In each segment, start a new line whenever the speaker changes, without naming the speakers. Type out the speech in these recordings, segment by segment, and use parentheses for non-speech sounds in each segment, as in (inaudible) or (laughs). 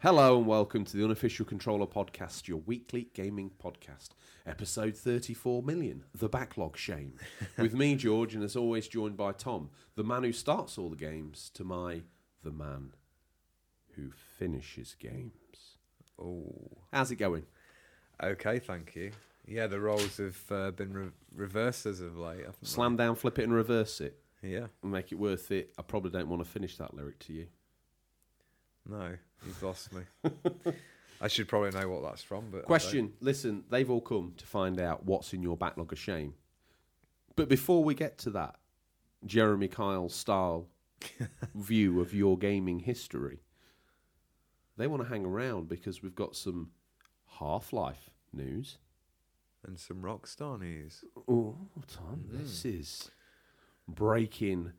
Hello and welcome to the Unofficial Controller Podcast, your weekly gaming podcast, episode 34 million, The Backlog Shame. With me, George, and as always, joined by Tom, the man who starts all the games, to my, the man who finishes games.
Oh,
How's it going?
okay, thank you. Yeah, the roles have uh, been re- reversed as of late. haven't they?
Slam down, flip it, and reverse it.
Yeah,
And make it worth it. I probably don't want to finish that lyric to you.
no, you've lost me. I should probably know what that's from, but I
Question Listen, they've all come to find out what's in your backlog of shame. But before we get to that, Jeremy Kyle
(laughs)
style view of your gaming history, they want to hang around because we've got some Half Life news.
don't. and some Rockstar news.
Oh, Tom, this is breaking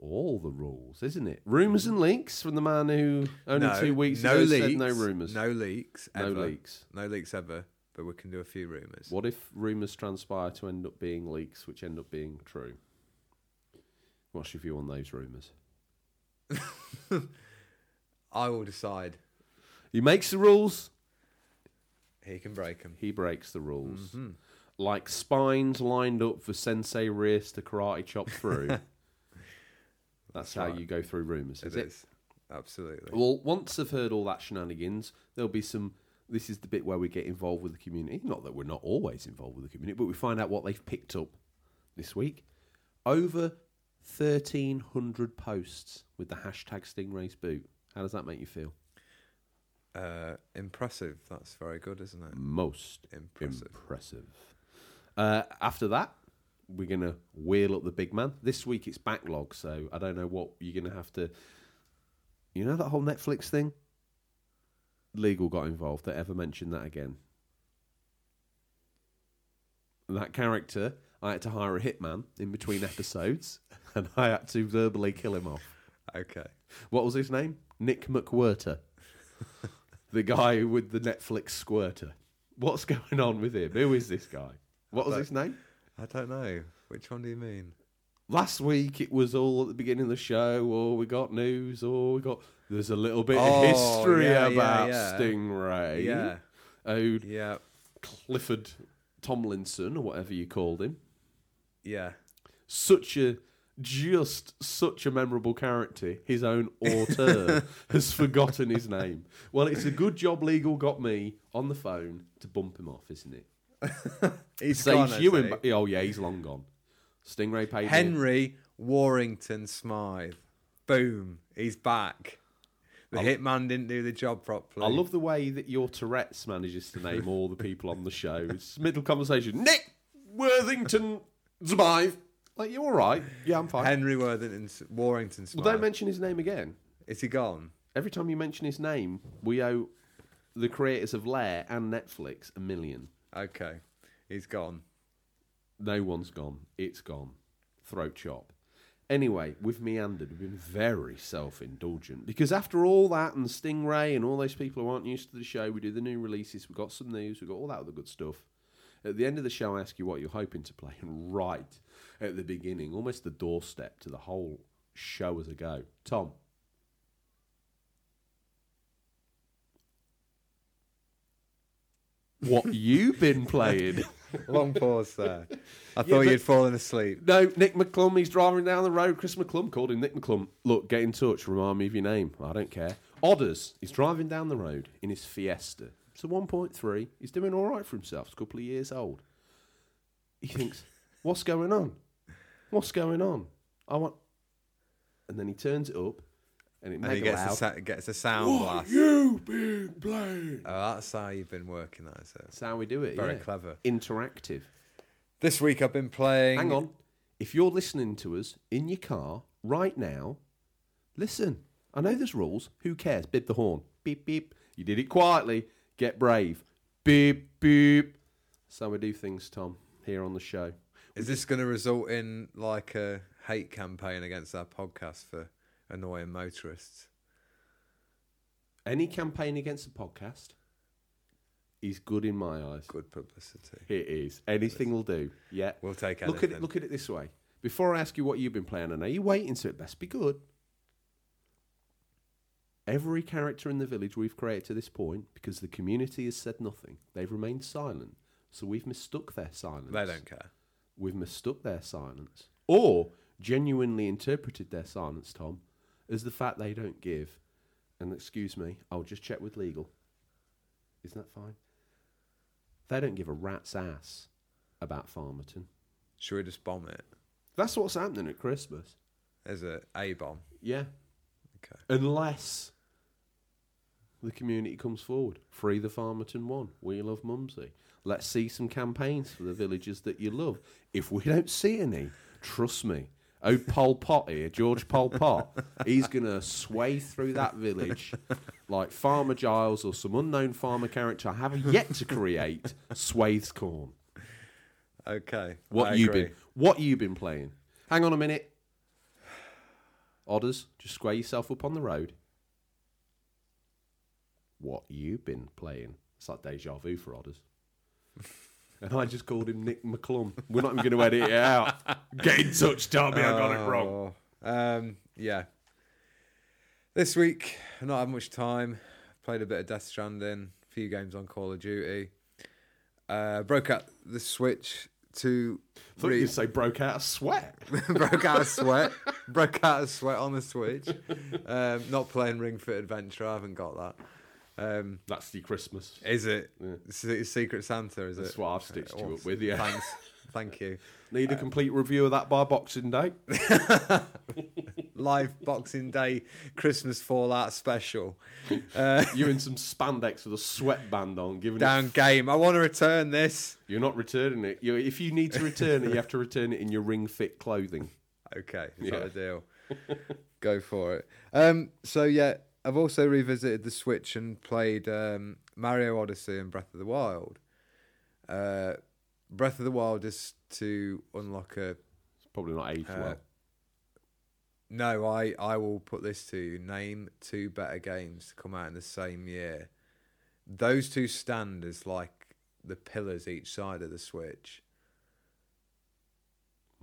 all the rules, isn't it? Rumours and leaks from the man who only
No,
two weeks
no
ago
leaks,
said no rumours.
no leaks,
No
ever.
leaks.
no leaks ever. But we can do a few rumours.
What if rumours transpire to end up being leaks, which end up being true? What's your view on those rumours?
I will decide.
He makes the rules,
He can break them.
he breaks the rules. Like spines lined up for Sensei Rears to karate chop (laughs) through. That's, how you go through rumours, is it?
absolutely.
Well, once I've heard all that shenanigans, there'll be some. This is the bit where we get involved with the community. Not that we're not always involved with the community, but we find out what they've picked up this week. Over 1,300 posts with the hashtag Stingrays Boot. How does that make you feel?
Uh, impressive. That's very good, isn't it?
Most
Impressive.
impressive. Uh, after that, we're going to wheel up the big man. This week it's backlog, so I don't know what you're going to have to. You know that whole Netflix thing? Legal got involved. That ever mentioned that again? That character, I had to hire a hitman in between episodes, (laughs) and I had to verbally kill him off
Okay.
what was his name? Nick McWhirter. (laughs) the guy with the Netflix squirter. What's going on with him? Who is this guy? What was
But-
his name?
I don't know. Which one do you mean?
Last week it was all at the beginning of the show, or we got news, or we got. There's a little bit
Oh,
of history
yeah, yeah,
about
yeah.
Stingray.
Yeah.
Oh,
Yeah.
Clifford Tomlinson, or whatever you called him.
Yeah.
such a just such a memorable character, his own
(laughs)
auteur has forgotten his name. Well, it's a good job legal got me on the phone to bump him off, isn't it?
He's
Saves
gone,
you
has
in.
he?
Oh yeah, he's long gone. Stingray paid me.
Henry Warrington Smythe. Boom. He's back. The hitman didn't do the job properly.
I love the way that your Tourette's manages to name all the people on the show. It's middle conversation. Nick Worthington Zbive. Like you all right? Yeah, I'm fine.
Henry Worthington, Warrington Smythe.
well, don't mention his name again.
Is he gone?
Every time you mention his name, we owe the creators of Lair and Netflix a million.
Okay.
(laughs)
He's gone.
No one's gone. It's gone. Throat chop. Anyway, we've meandered. We've been very self indulgent. Because after all that and Stingray and all those people who aren't used to the show, we do the new releases, we've got some news, we've got all that other good stuff. At the end of the show, I ask you what you're hoping to play. And right at the beginning, almost the doorstep to the whole show as a go, Tom, what you been playing?
Long pause there. (laughs) I thought you'd fallen asleep.
No, Nick McClum, he's driving down the road. Chris McClum called him Nick McClum. Look, get in touch, remind me of your name. I don't care. Odders, he's driving down the road in his Fiesta. It's a 1.3. He's doing all right for himself. He's a couple of years old. He
(laughs)
thinks, what's going on? What's going on? I want. And then he turns it up and it
And he
mega
gets a,
loud.
sa- gets a sound blast.
you been playing?
Oh, that's how you've been working, that is it.
That's how we do it.
Very
yeah.
clever.
Interactive.
This week I've been playing.
Hang on. If you're listening to us in your car right now, listen. I know there's rules. Who cares? Bib the horn. Beep, beep. You did it quietly. Get brave. Beep, beep. That's how we do things, Tom, here on the show.
Is this going to result in like a hate campaign against our podcast for annoying motorists?
Any campaign against the podcast is good in my eyes.
Good publicity.
It is. Anything will do. Yeah.
We'll take
Look at
anything.
it. Look at it this way. Before I ask you what you've been playing, I know you're waiting, so it best be good. Every character in the village we've created to this point, because the community has said nothing, they've remained silent. So we've mistook their silence.
They don't care.
We've mistook their silence. Or genuinely interpreted their silence, Tom, as the fact they don't give. And excuse me, I'll just check with legal. Isn't that fine? They don't give a rat's ass about Farmerton.
Should we just bomb it?
That's what's happening at Christmas.
There's a A bomb.
Yeah.
Okay.
Unless the community comes forward. Free the Farmerton one. We love Mumsy. Let's see some campaigns for the villages that you love. If we don't see any, trust me. Oh, Pol Pot here, George Pol Pot. He's going to sway through that village like Farmer Giles or some unknown farmer character I have yet to create swathes corn.
Okay.
What
I
you
agree.
been? What you been playing? Hang on a minute. Odders, just square yourself up on the road. What you been playing? It's like deja vu for Odders. (laughs) and I just called him Nick McClum. We're not even going to edit it out. (laughs) Get in touch, Tommy. I got it wrong.
Oh, Um, yeah. This week, I not had much time. Played a bit of Death Stranding, a few games on Call of Duty. Uh, broke out the Switch to
Thought
re-
you'd say broke out of (laughs) sweat.
(laughs) broke out
(laughs)
of sweat. broke out of sweat on the Switch. Um, not playing Ring Fit Adventure. I haven't got that. Um,
That's the Christmas.
is it Se- Secret Santa? Is
That's
it?
what I've stitched you
Well,
up with. Yeah. (laughs)
Thanks. Thank you.
Need a complete review of that by Boxing (laughs) Day.
Live Boxing Day Christmas
(laughs)
Fallout special. Uh,
you in some spandex with a sweatband on, giving it
down game. I want to return this.
You're not returning it. You, if you need to return it, you have to return it in your ring fit clothing.
Okay, it's
Yeah.
not
(laughs)
a deal. Go for it. Um, so yeah, I've also revisited the Switch and played um, Mario Odyssey and Breath of the Wild. Uh, Breath of the Wild is to unlock a.
It's probably not aged
Uh,
well.
No, I I will put this to you. Name two better games to come out in the same year. Those two stand as like the pillars each side of the Switch.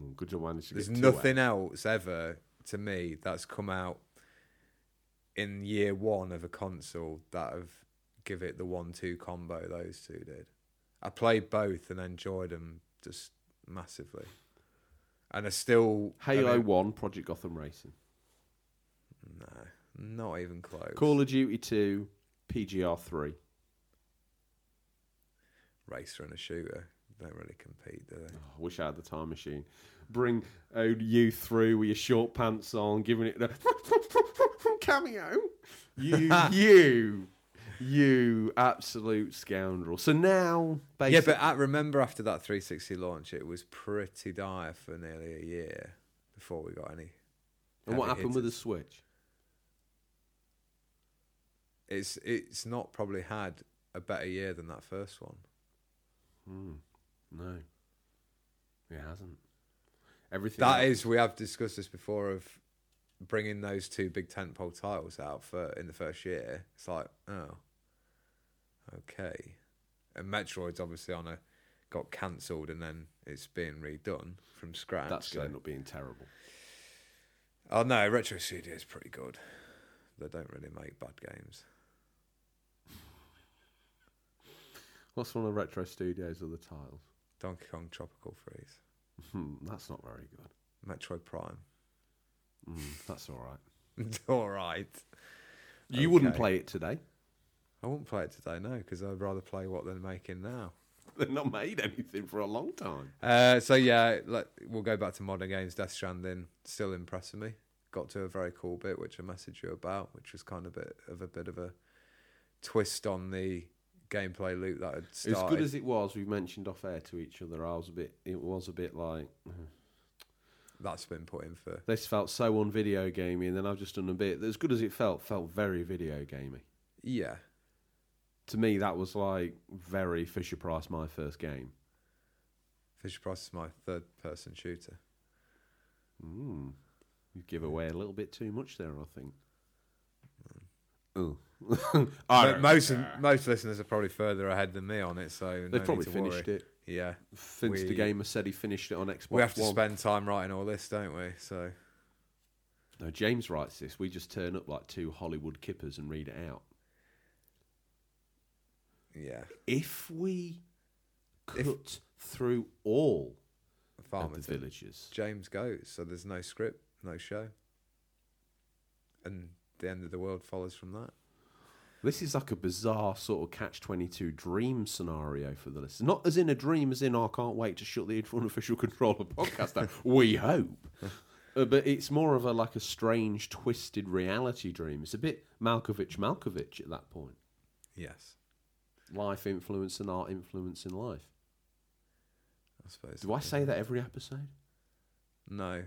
Mm, Good job, I managed to
There's
get two
nothing else ever to me that's come out in year one of a console that have give it the one-two combo those two did. I played both and enjoyed them just massively, and I still
out. Halo
I mean,
One, Project Gotham Racing,
no, not even close.
Call of Duty Two, PGR Three.
racer and a shooter don't really compete, do
Oh, I wish I had the time machine. Bring old you through with your short pants on, giving it the (laughs) cameo.
(laughs)
You, you, you, absolute scoundrel. So now,
they?
basically,
Yeah, but I remember after that 360 launch, it was pretty dire for nearly a year before we got any.
and what
heavy
happened
hitters.
with the Switch?
it's it's not probably had a better year than that first one.
Hmm. No, it hasn't. Everything
That
else-
is, we have discussed this before of bringing those two big tentpole titles out for in the first year. It's like, oh, okay. And Metroid's obviously on a got cancelled and then it's being redone from scratch.
That's
so-
going to end up being terrible.
Oh no, Retro Studio is pretty good. They don't really make bad games.
What's one of Retro Studios' other titles?
Donkey Kong Tropical Freeze,
Hmm, that's not very good.
Metroid Prime. (laughs)
Mm, that's all right.
All right.
You wouldn't
Okay.
play it today.
I won't play it today, no, because I'd rather play what they're making now.
(laughs) They've not made anything for a long time.
Uh, so yeah, like, we'll go back to modern games. Death Stranding still impressing me. Got to a very cool bit which I messaged you about, which was kind of a bit of a bit of a twist on the gameplay loop that had started.
As good as it was, we mentioned off air to each other. I was a bit. It was a bit like
That's been put in for.
this felt so on video gamey, and then I've just done a bit. As good as it felt, felt very video gamey.
Yeah,
To me, that was like very Fisher Price. My first game.
Fisher Price is my third person shooter.
Mm. You give away a little bit too much there, I think. Oh, (laughs) I
But
don't
most
care.
most listeners are probably further ahead than me on it, so
They've probably finished it.
it. Yeah,
Finster
We-
Gamer said he finished it on Xbox
we have to
One.
spend time writing all this, don't we? So
No, James writes this. We just turn up like two Hollywood kippers and read it out.
Yeah,
If we cut
If-
through all of the
Farmington.
villages,
James goes, so there's no script, no show, and the end of the world follows from that.
this is like a bizarre sort of catch twenty two dream scenario for the listener. Not as in a dream, as in "Oh, I can't wait to shut the unofficial controller podcast down. we hope, Uh, but it's more of a like a strange, twisted reality dream. It's a bit Malkovich, Malkovich at that point.
Yes,
Life influence and art influence in life.
I suppose.
Do I say that every episode?
No.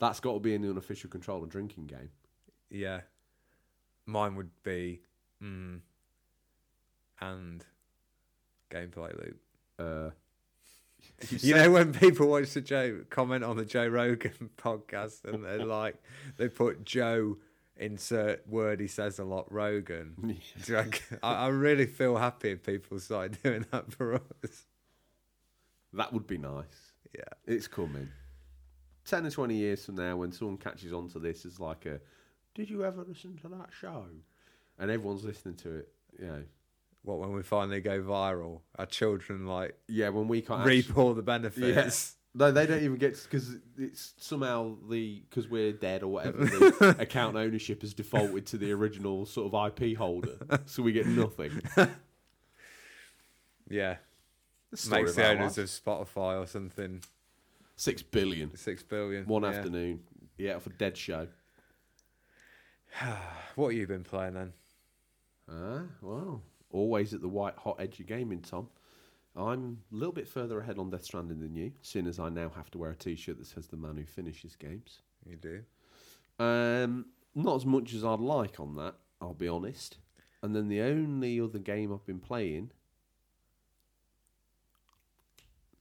That's got to be in the unofficial control and drinking game.
Yeah, mine would be mm, and gameplay loop.
Uh, (laughs)
You know when people watch the Joe comment on the Joe Rogan (laughs) podcast
(laughs)
and they're like, they put Joe insert word he says a lot Rogan. Do
(laughs)
you reckon- I, I really feel happy if people started (laughs) doing that for us.
that would be nice.
Yeah,
It's coming. 10 or 20 years from now, when someone catches on to this as like a, did you ever listen to that show? And everyone's listening to it. Yeah.
what when we finally go viral, our children like
Yeah, when we can't. actually-
reap all the
Yes.
benefits.
No, they don't even get because it's somehow the because we're dead or whatever. The
(laughs)
account ownership has defaulted to the original sort of IP holder, so we get
(laughs)
nothing.
Yeah,
The story
makes
of
the
our
owners
lives.
of Spotify or something
six billion.
six billion.
One
yeah.
afternoon, yeah, for dead show.
What have you been playing then?
Ah, well, always at the white hot edge of gaming, Tom. I'm a little bit further ahead on Death Stranding than you, seeing as I now have to wear a T-shirt that says "The Man Who Finishes Games."
You do.
Um, not as much as I'd like on that, I'll be honest. And then the only other game I've been playing,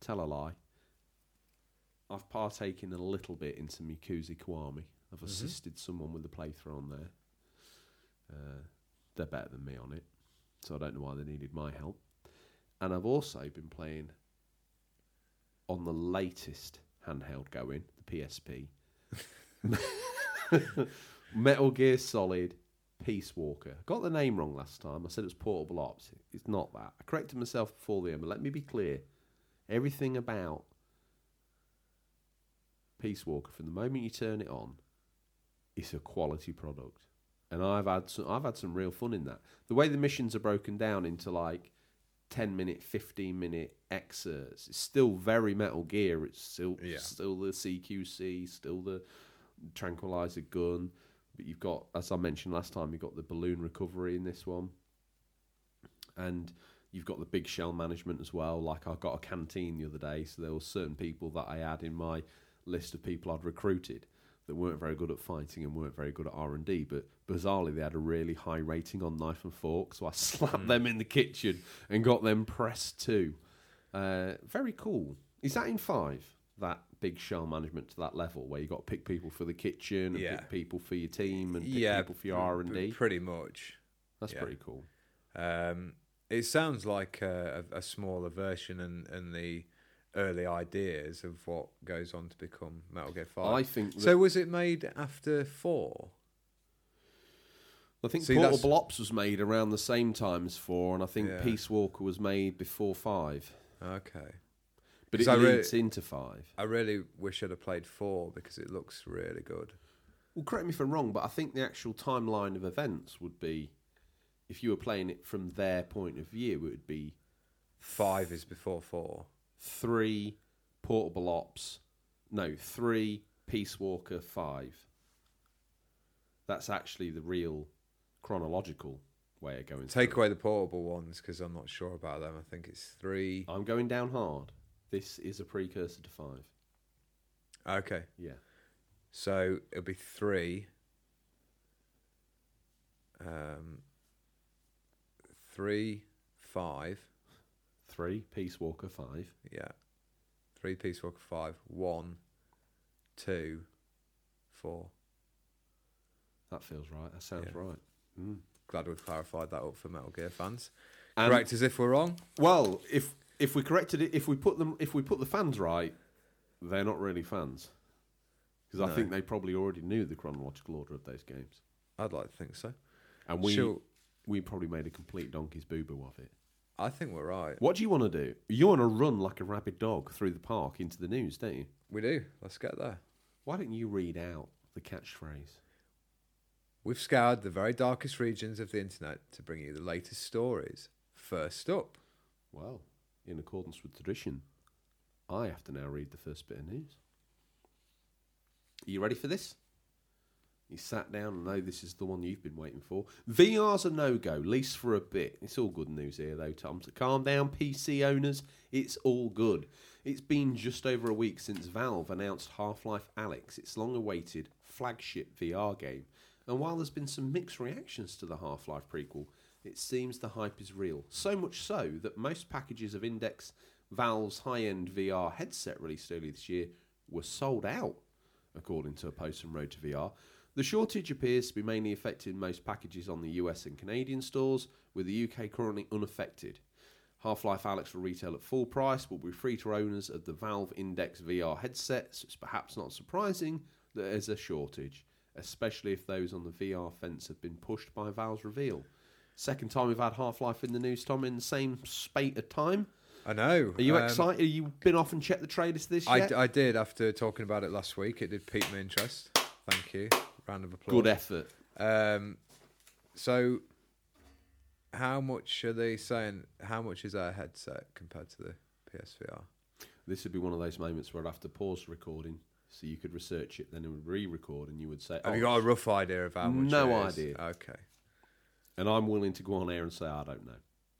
tell a lie, I've partaken a little bit into Mikuzi Kiwami. I've assisted someone with a playthrough on there. Uh, they're better than me on it, so I don't know why they needed my help. And I've also been playing on the latest handheld going, the PSP. Metal Gear Solid Peace Walker. Got the name wrong last time. I said it was Portable Ops. It's not that. I corrected myself before the end, but let me be clear. Everything about Peace Walker from the moment you turn it on, it's a quality product. And I've had some, I've had some real fun in that. The way the missions are broken down into like 10 minute, 15 minute excerpts, it's still very Metal Gear. It's still
Yeah.
still the CQC, still the tranquilizer gun. But you've got, as I mentioned last time, you've got the balloon recovery in this one, and you've got the big shell management as well. Like I got a canteen the other day, so there were certain people that I had in my list of people I'd recruited that weren't very good at fighting and weren't very good at R and D. But bizarrely, they had a really high rating on knife and fork, so I (laughs) slapped
Hmm.
them in the kitchen and got them pressed too. Uh, very cool. Is that in five? That big shell management to that level where you got to pick people for the kitchen and
Yeah.
pick people for your team and pick
yeah,
people for your
p-
R and D.
p- Pretty much.
That's
yeah.
pretty cool.
Um, it sounds like a, a, a smaller version and, and the early ideas of what goes on to become Metal Gear Five.
I think that,
so. Was it made after four?
I think
see, that's-
Portable Ops was made around the same time as four, and I think
Yeah.
Peace Walker was made before five,
Okay.
but it
Because I re-
leads into five.
I really wish I'd have played four because it looks really good.
Well, correct me if I'm wrong, but I think the actual timeline of events would be, if you were playing it from their point of view, it would be
Five is before four.
three portable ops. No, three Peace Walker five. That's actually the real chronological way of going.
Take away the portable ones because I'm not sure about them. I think it's three.
I'm going down hard. This is a precursor to five.
Okay.
Yeah.
So it'll be three. Um, three, five,
Three Peace Walker five.
yeah. Three Peace Walker five. One, two, four.
That feels right. That sounds
Yeah.
right. Mm.
Glad we've clarified that up for Metal Gear fans.
And-
Correct as if we're wrong.
Well, if if we corrected it, if we put them, if we put the fans right, they're not really fans 'Cause because I think they probably already knew the chronological order of those games,
I'd like to think so.
and we
Sure.
we probably made a complete donkey's boo boo of it.
I think we're right.
What do you want to do? You want to run like a rabid dog through the park into the news, don't you?
We do. Let's get there.
Why don't you read out the catchphrase?
We've scoured the very darkest regions of the internet to bring you the latest stories. First up,
Well, in accordance with tradition, I have to now read the first bit of news. Are you ready for this? You sat down and know this is the one you've been waiting for. VR's a no go, least for a bit. It's all good news here, though, Tom. So calm down, PC owners. It's all good. It's been just over a week since Valve announced Half Life Alex, its long awaited flagship VR game. And while there's been some mixed reactions to the Half Life prequel, it seems the hype is real. So much so that most packages of Index Valve's high end VR headset released earlier this year were sold out according to a post from Road to VR. The shortage appears to be mainly affecting most packages on the US and Canadian stores, with the UK currently unaffected. Half Life Alex will retail at full price, will be free to owners of the Valve Index VR headsets. It's perhaps not surprising that there's a shortage, especially if those on the VR fence have been pushed by Valve's reveal. Second time we've had Half Life in the news, Tom, in the same spate of time.
I know.
Are you
um,
excited? Have you been off and checked the trailers this
I,
yet?
I did after talking about it last week. It did pique my interest. Thank you. Round of applause.
Good effort.
Um, so, how much are they saying? How much is our headset compared to the PSVR?
This would be one of those moments where I'd have to pause the recording so you could research it, then it would re record, and you would say,
Have you
"Oh."
got a rough idea of how much?
No
it is?
idea.
Okay,
And I'm willing to go on air and say, I don't know.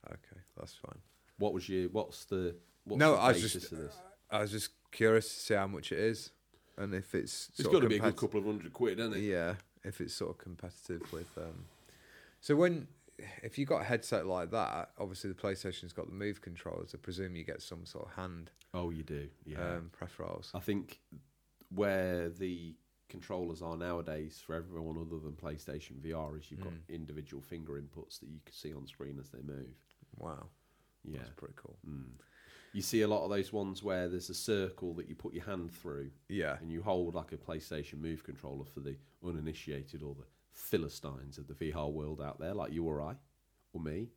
okay, that's fine.
What was your, what's the, what's
no,
the
I was
basis
just, uh,
of this?
I was just curious to see how much it is, and if it's.
It's
sort
got to
of
be a good
compat-
couple of hundred quid, isn't it?
Yeah, if it's sort of competitive with. Um, so when, if you got a headset like that, obviously the PlayStation's got the move controls. I presume you get some sort of hand
Oh, you do. Yeah.
um, preferals.
I think where the controllers are nowadays for everyone other than PlayStation VR is you've got
Mm.
individual finger inputs that you can see on screen as they move.
Wow,
Yeah. Mm.
that's pretty cool.
You see a lot of those ones where there's a circle that you put your hand through
Yeah,
and you hold like a PlayStation Move controller for the uninitiated or the philistines of the VR world out there, like you or I or me.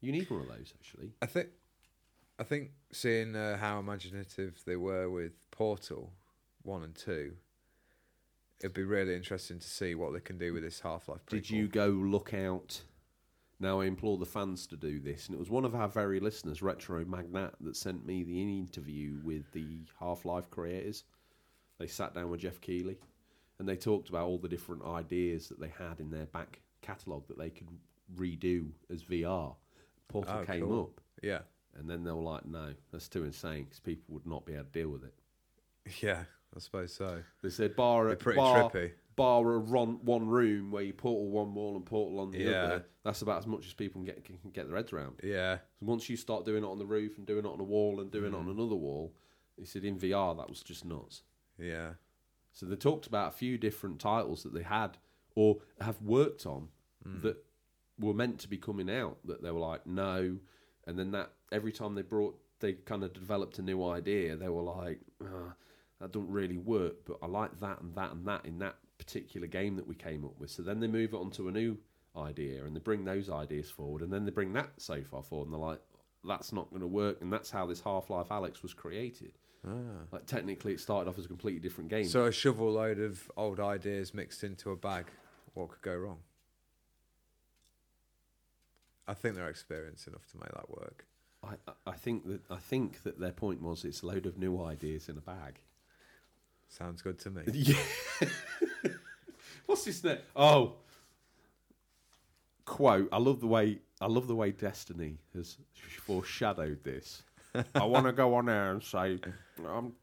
You need one of those actually.
I think, I think seeing uh, how imaginative they were with Portal One and Two, it'd be really interesting to see what they can do with this Half Life.
Did you go look out? Now I implore the fans to do this, and it was one of our very listeners, Retro Magnat, that sent me the interview with the Half Life creators. They sat down with Jeff Keighley, and they talked about all the different ideas that they had in their back catalogue that they could redo as VR. Portal
Oh,
came
cool.
up.
Yeah, (laughs)
And then they were like, no, that's too insane because people would not be able to deal with it.
yeah, I suppose so.
They said, bar, a,
They're pretty
bar,
trippy.
bar a ron, one room where you portal one wall and portal on the
Yeah.
other, that's about as much as people can get, can get their heads around.
Yeah,
So once you start doing it on the roof and doing it on a wall and doing it on
Mm.
another wall, they said in VR, that was just nuts.
yeah.
So they talked about a few different titles that they had or have worked on that were meant to be coming out that they were like no, and then that every time they brought they kind of developed a new idea they were like "Ah, that doesn't really work, but I like that and that and that in that particular game that we came up with. So then they move it onto a new idea and they bring those ideas forward and then they bring that so far forward and they're like that's not going to work and that's how this Half Life Alex was created. Like technically, it started off as a completely different game.
So a shovel load of old ideas mixed into a bag. What could go wrong? I think they're experienced enough to make that work.
I, I- I think that I think that their point was it's a load of new ideas in a bag.
Sounds good to me.
Yeah. What's this next? Oh, quote. I love the way I love the way Destiny has foreshadowed this. I want to go on there and say, um,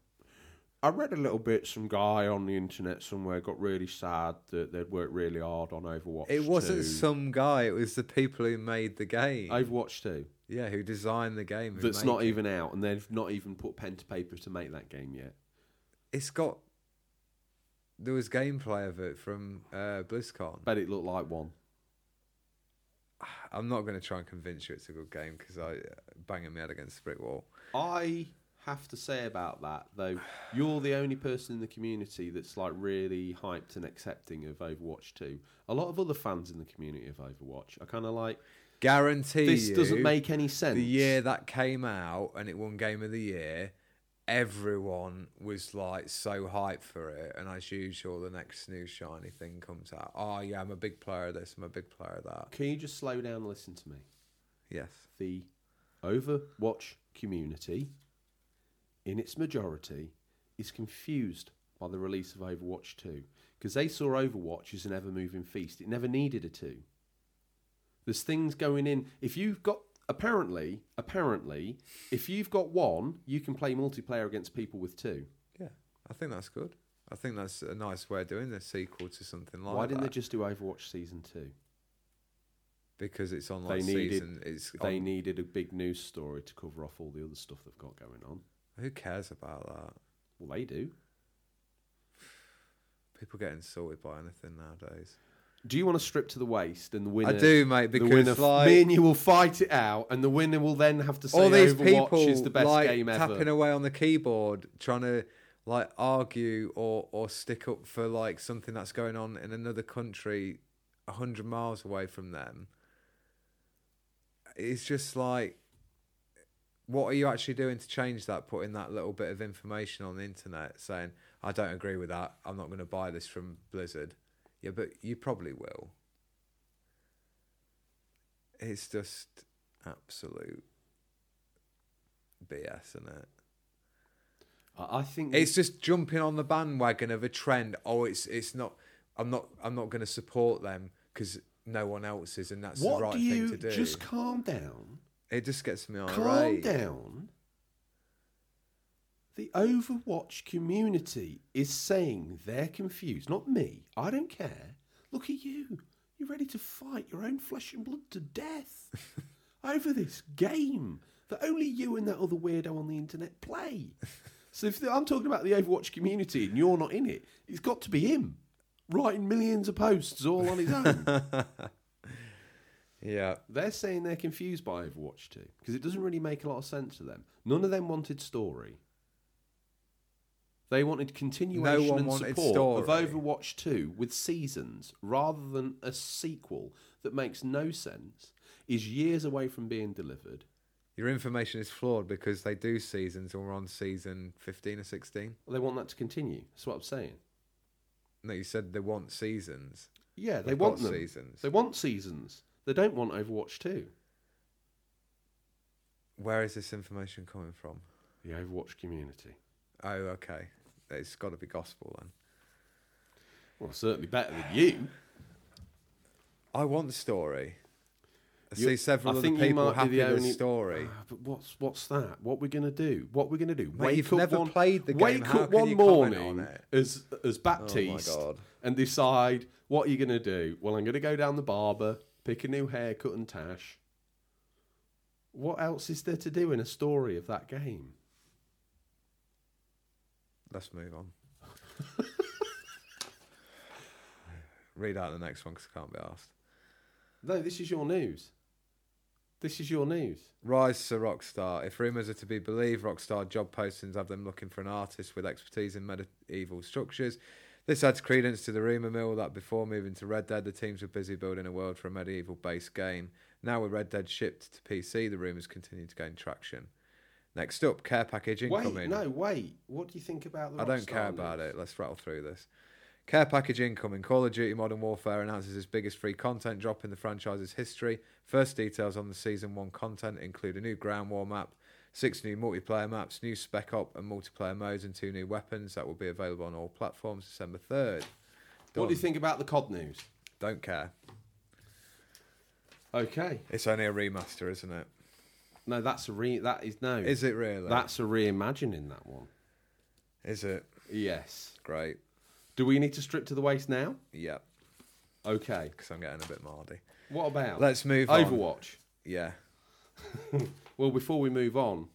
I read a little bit. Some guy on the internet somewhere got really sad that they'd worked really hard on Overwatch.
It wasn't
2.
some guy. It was the people who made the game.
Overwatch Two.
yeah, who designed the game. who
That's
made
not
it.
even out, and they've not even put pen to paper to make that game yet.
It's got. There was gameplay of it from uh, BlizzCon.
Bet it looked like one.
uh, I'm not going to try and convince you it's a good game because I banging my head against the brick wall.
I have to say about that though? You're the only person in the community that's like really hyped and accepting of Overwatch 2. A lot of other fans in the community of Overwatch are kind of like,
Guarantee
this doesn't
you,
make any sense.
the year that came out and it won Game of the Year, everyone was like so hyped for it. And as usual, the next new shiny thing comes out. Oh yeah, I'm a big player of this. I'm a big player of that.
Can you just slow down and listen to me?
Yes.
The Overwatch community, in its majority, is confused by the release of Overwatch 2 because they saw Overwatch as an ever moving feast. It never needed a 2. There's things going in. If you've got, apparently, apparently, if you've got one, you can play multiplayer against people with two.
Yeah. I think that's good. I think that's a nice way of doing the sequel to something like
Why didn't
that.
they just do Overwatch Season 2?
because it's on
They
like
needed-
season. It's
They
on-
needed a big news story to cover off all the other stuff they've got going on.
who cares about that?
Well, they do.
People get insulted by anything nowadays.
Do you want to strip to the waist and the winner?
I do, mate,
The
because
winner,
like
me and you will fight it out, and the winner will then have to say
all these
Overwatch
people
is the best
like
game ever.
tapping away on the keyboard trying to like argue or or stick up for like something that's going on in another country a 100 miles away from them it's just like what are you actually doing to change that putting that little bit of information on the internet saying i don't agree with that i'm not going to buy this from blizzard yeah but you probably will it's just absolute BS, isn't it?
I I think
It's just jumping on the bandwagon of a trend. Oh, it's it's not. I'm not. I'm not going to support them because no one else is, and that's
what
the right
do you
thing to do.
just calm down?
it just gets me on
Calm
a rage.
down. The Overwatch community is saying they're confused. Not me. I don't care. Look at you. You're ready to fight your own flesh and blood to death over this game that only you and that other weirdo on the internet play. So if I'm talking about the Overwatch community and you're not in it, it's got to be him writing millions of posts all on his own.
(laughs) Yeah,
They're saying they're confused by Overwatch 2 because it doesn't really make a lot of sense to them. None of them wanted story. They wanted continuation
one
and
wanted
support
story.
of Overwatch 2 with seasons rather than a sequel that makes no sense, is years away from being delivered.
your information is flawed because they do seasons, and we're on season 15 or 16.
They want that to continue. That's what I'm saying.
No, you said they want seasons.
Yeah, they
They've
want
got
them.
seasons.
They want seasons. They don't want Overwatch 2.
Where is this information coming from?
The Overwatch community.
Oh, okay. It's got to be gospel then.
Well, certainly better than you.
I want story. I
You-
see several
I
other
think you
people
might be
happy
the
with
only-
story.
Ah, but what's what's that? What we're gonna do? What we're gonna do?
Mate, you've never
one,
played the game.
Wake
How
up
can
one
you comment on
morning
it? Oh
as as Baptiste
God.
and decide what you're gonna do. Well, I'm gonna go down the barber, pick a new haircut and tash. What else is there to do in a story of that game?
Let's move on. (laughs) Read out the next one because I can't be asked.
No, this is your news. This is your news.
Rise to Rockstar. If rumours are to be believed, Rockstar job postings have them looking for an artist with expertise in medieval structures. This adds credence to the rumour mill that before moving to Red Dead, the teams were busy building a world for a medieval based game. Now, with Red Dead shipped to PC, the rumours continue to gain traction. Next up, care package
wait,
incoming.
no, wait. What do you think about the?
I don't
Rockstar
care about
news?
it. Let's rattle through this. Care package incoming. Call of Duty Modern Warfare announces its biggest free content drop in the franchise's history. First details on the season one content include a new ground war map, six new multiplayer maps, new spec op and multiplayer modes, and two new weapons that will be available on all platforms December third.
What do you think about the COD news?
Don't care.
Okay.
It's only a remaster, isn't it?
No, that's a re. That is no.
Is it really?
That's a reimagining that one.
Is it
Yes.
great?
Do we need to strip to the waist now?
Yeah,
Okay.
because I'm getting a bit mardy.
What about
Let's move on.
Overwatch?
Yeah.
Well, before we move on,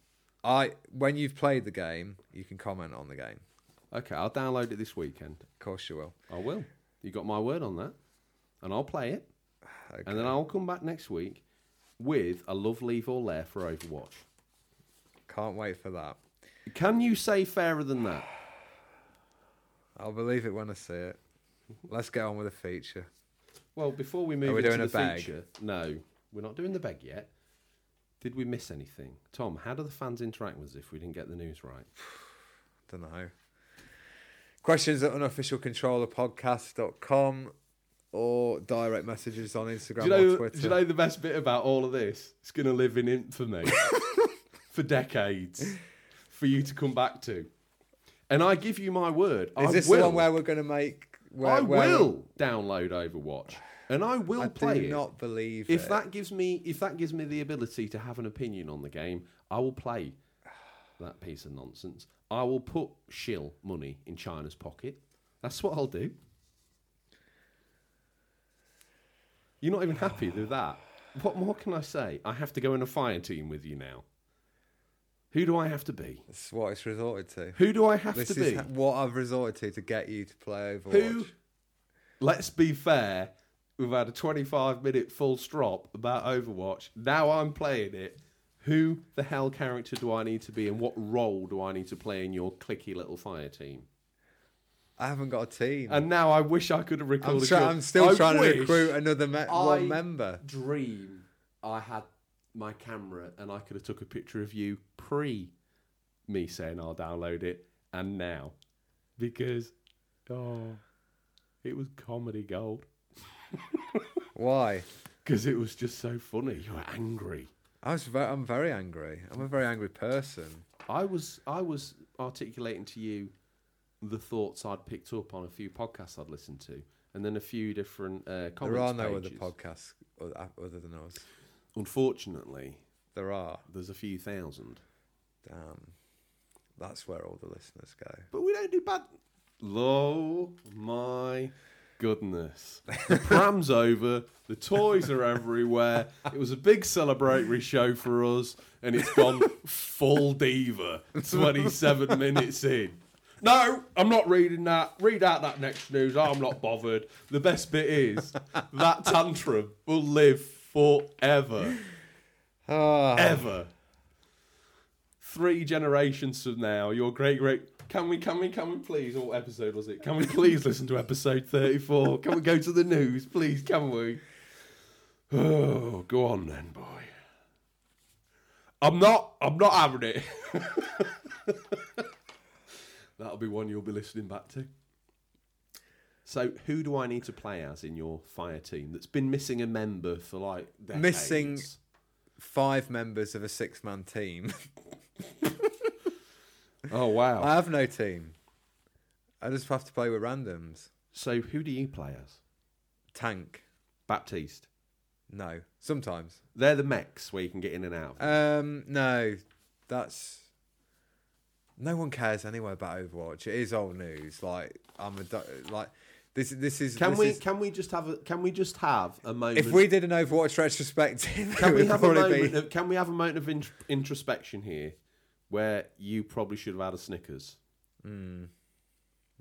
I when you've played the game, you can comment on the game.
okay, I'll download it this weekend.
Of course you will.
I will. You got my word on that, and I'll play it,
Okay.
and then I'll come back next week with a love leave or lair for Overwatch.
Can't wait for that.
Can you say fairer than that?
I'll believe it when I see it. Let's get on with the feature.
Well, before we move
we
into
doing
the
a bag?
feature, no, we're not doing the bag yet. Did we miss anything, Tom? How do the fans interact with us if we didn't get the news right?
Don't know. Questions at unofficialcontrollerpodcast.com or direct messages on
Do
Instagram
you, know,
or Twitter.
do you know the best bit about all of this? It's going to live in
(laughs)
infamy for decades for you to come back to. And I give you my word. I
Is this
will,
the one where we're going to make? Where,
I
where
will download Overwatch and I will
I
play
do
it.
not believe
if
it.
that gives me if that gives me the ability to have an opinion on the game, I will
(sighs)
play that piece of nonsense. I will put shill money in China's pocket. That's what I'll do. You're not even happy with
(sighs)
that. What more can I say? I have to go in a fire team with you now. Who do I have to be?
That's what it's resorted to.
Who do I have
This
to
is
be?
ha- what I've resorted to to get you to play Overwatch.
Who? Let's be fair. We've had a 25 minute full strop about Overwatch. Now I'm playing it. Who the hell character do I need to be, and what role do I need to play in your clicky little fire team?
I haven't got a team.
And now I wish I could have
I'm,
recorded.
try-
your-
I'm still
I
trying
wish
to recruit another me-
I-
one member.
Dream. I had my camera, and I could have took a picture of you pre me saying I'll download it, and now because oh, it was comedy gold.
Why?
Because it was just so funny. You were angry.
I was ve- I'm very angry. I'm a very angry person.
I was I was articulating to you the thoughts I'd picked up on a few podcasts I'd listened to, and then a few different uh, comments.
there are no
pages.
other podcasts o- uh, other than us.
Unfortunately,
There are.
there's a few thousand,
Damn. That's where all the listeners go.
but we don't do bad. Lo my goodness! The pram's over. The toys are everywhere. It was a big celebratory show for us, and it's gone full diva. Twenty-seven minutes in. No, I'm not reading that. Read out that next news. I'm not bothered. The best bit is that tantrum will live forever,
Ah,
ever. Three generations from now, your great great. Can we, can we, can we please? What episode was it? Can we please listen to episode 34? Can we go to the news, please? Can we? Oh, go on then, boy. I'm not, I'm not having it. (laughs) That'll be one you'll be listening back to. So, who do I need to play as in your fire team that's been missing a member for like decades?
Missing- (sighs) five members of a six man team. (laughs)
Oh wow!
I have no team. I just have to play with randoms.
So who do you play as?
Tank.
Baptiste.
No. Sometimes.
They're the mechs where you can get in and out. of them.
Um, no. That's. No one cares anyway about Overwatch. It is old news. Like I'm a do- like this. This is.
can
this
we
is-
can we just have a can we just have a moment?
if we did an Overwatch retrospective,
can
(laughs) it
we
would
have a
probably
moment
be-
of, can we have a moment of int- introspection here, where you probably should have had a Snickers.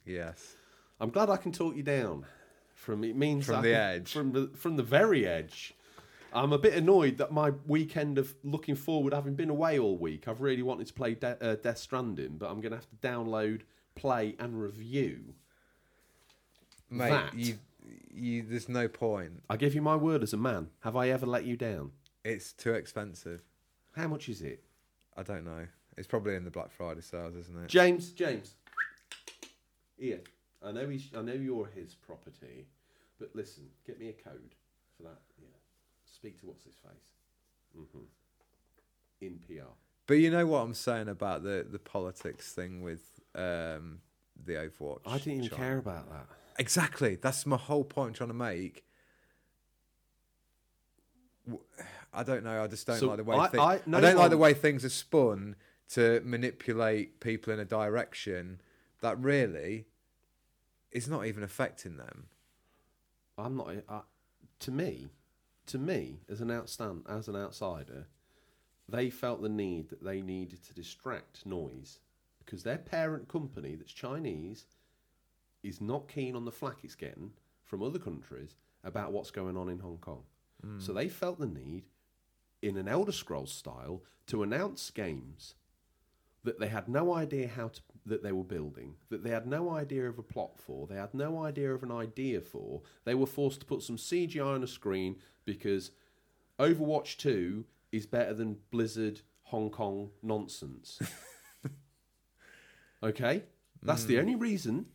Yes.
I'm glad I can talk you down from it means
From
I
the
can-
edge.
from the from the very edge. I'm a bit annoyed that my weekend of looking forward, having been away all week, I've really wanted to play De- uh, Death Stranding, but I'm going to have to download, play, and review.
Mate,
That.
you, you. There's no point.
I give you my word as a man. Have I ever let you down?
It's too expensive.
How much is it?
I don't know. It's probably in the Black Friday sales, isn't it?
James, James. Ian, I know he's, I know you're his property, but listen, get me a code for that. Yeah. Speak to what's his face. hmm In PR.
But you know what I'm saying about the, the politics thing with um, the Overwatch.
I didn't even
chart?
care about that.
Exactly. That's my whole point I'm trying to make. W- I don't know. I just don't
So
like the way
I-
thi-
I- no
don't like the
one-
way things are spun to manipulate people in a direction that really is not even affecting them.
I'm not. I, to me, to me, as an outstand, as an outsider, they felt the need that they needed to distract noise because their parent company, that's Chinese, is not keen on the flack it's getting from other countries about what's going on in Hong Kong. So they felt the need, in an Elder Scrolls style, to announce games that they had no idea how to that they were building, that they had no idea of a plot for, they had no idea of an idea for. They were forced to put some CGI on a screen because Overwatch 2 is better than Blizzard Hong Kong nonsense. okay? That's the only reason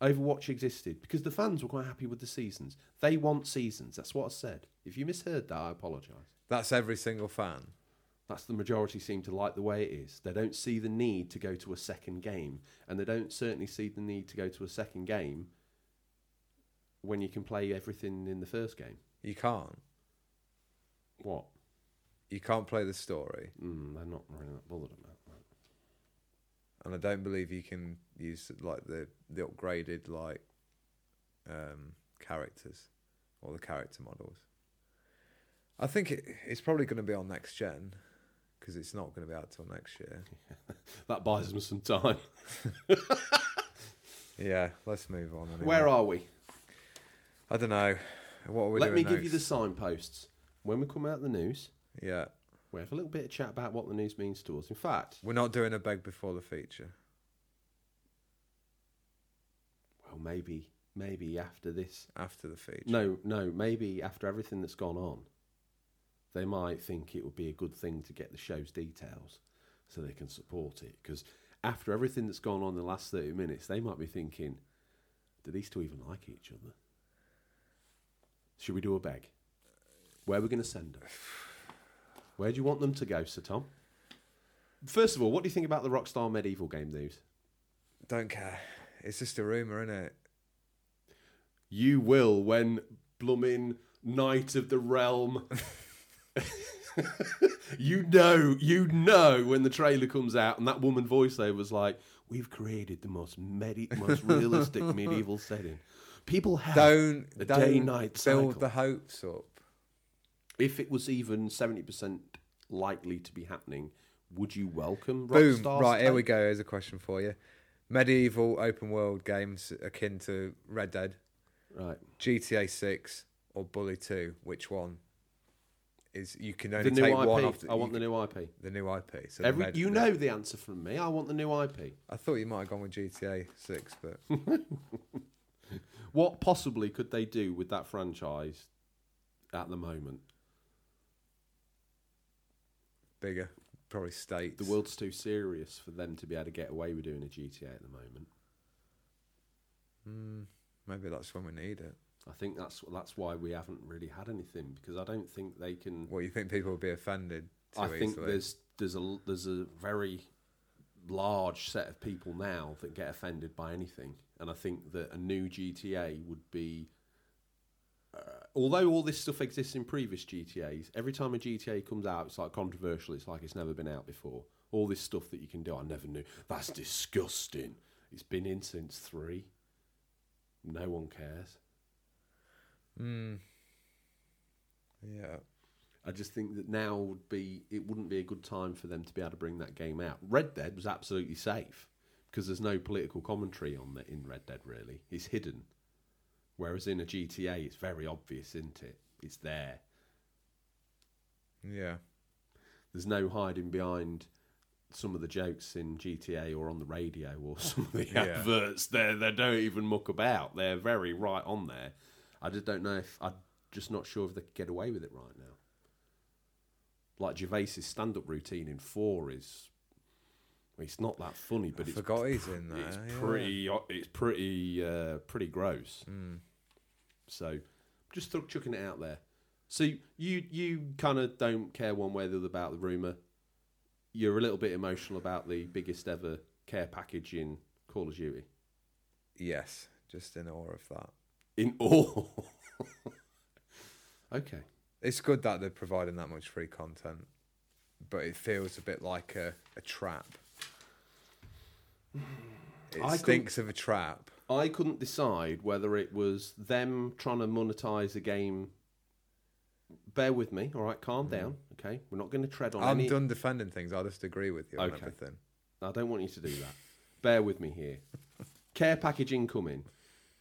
Overwatch existed because the fans were quite happy with the seasons. They want seasons. That's what I said. If you misheard that, I apologize.
That's every single fan.
That's the majority seem to like the way it is. They don't see the need to go to a second game, and they don't certainly see the need to go to a second game when you can play everything in the first game.
You can't.
What?
You can't play the story,
Mm, they're not really that bothered about that.
and I don't believe you can use like the the upgraded like um, characters or the character models. I think it, it's probably going to be on next gen because it's not going to be out till next year.
That buys them some time.
Yeah, let's move on. Anyway.
Where are we?
I don't know. What are we
Let
doing
me give you the
next?
signposts. When we come out the news,
Yeah,
we have a little bit of chat about what the news means to us. In fact,
we're not doing a beg before the feature.
well, maybe, maybe after this
After the feature.
No, no. Maybe after everything that's gone on, they might think it would be a good thing to get the show's details so they can support it. Because after everything that's gone on in the last 30 minutes, they might be thinking, do these two even like each other? Should we do a beg? Where are we going to send them? Where do you want them to go, Sir Tom? First of all, what do you think about the Rockstar Medieval game news?
Don't care. It's just a rumor, isn't it?
You will when blooming Knight of the Realm. you know, you know when the trailer comes out and that woman voiceover was like, "We've created the most medi- most
(laughs)
realistic medieval setting." People have
Don't,
a
don't
day-night
build
cycle.
the hopes up.
if it was even seventy percent likely to be happening, would you welcome
Boom.
Rockstar's
Right, here we
take?
go. Here's a question for you. Medieval open world games akin to Red Dead,
Right,
GTA 6, or Bully 2. Which one? Is you can
the
only
new
take
IP.
one off the,
I want
you,
the new IP.
the new IP. So the
Every,
Med-
you
the-
know the answer from me. I want the new IP.
I thought you might have gone with GTA 6, but
(laughs) What possibly could they do with that franchise at the moment?
bigger, probably states.
The world's too serious for them to be able to get away with doing a GTA at the moment.
Mm, maybe that's when we need it.
I think that's that's why we haven't really had anything because I don't think they can.
Well, you think people will be offended? Too
I think
easily?
there's there's a there's a very large set of people now that get offended by anything, and I think that a new GTA would be. Uh, although all this stuff exists in previous GTA's, every time a GTA comes out, it's like controversial. It's like it's never been out before. All this stuff that you can do, I never knew. That's disgusting. It's been in since three. No one cares.
Mm. Yeah.
I just think that now would be it wouldn't be a good time for them to be able to bring that game out. Red Dead was absolutely safe because there's no political commentary on that in Red Dead really. It's hidden. Whereas in a GTA it's very obvious, isn't it? It's there.
Yeah.
There's no hiding behind some of the jokes in GTA or on the radio or (laughs) some of the
Yeah.
adverts. They they don't even muck about. They're very right on there. I just don't know if I'm just not sure if they could get away with it right now. Like Gervais's stand-up routine in Four is, well, it's not that funny, but
I
it's
forgot he's in there.
it's
yeah.
pretty it's pretty uh, pretty gross.
Mm.
So, just th- chucking it out there. So you you kind of don't care one way or the other about the rumor. You're a little bit emotional about the biggest ever care package in Call of Duty.
Yes. Just in awe of that.
In awe. (laughs) okay.
It's good that they're providing that much free content, but it feels a bit like a, a trap. It
I couldn't-
stinks of a trap.
I couldn't decide whether it was them trying to monetize a game. Bear with me, all right. Calm down, okay. We're not going to tread on
Mm-hmm. I'm
any
done defending things. I just agree with you on
Okay.
everything.
I don't want you to do that. Bear with me here. Care package incoming.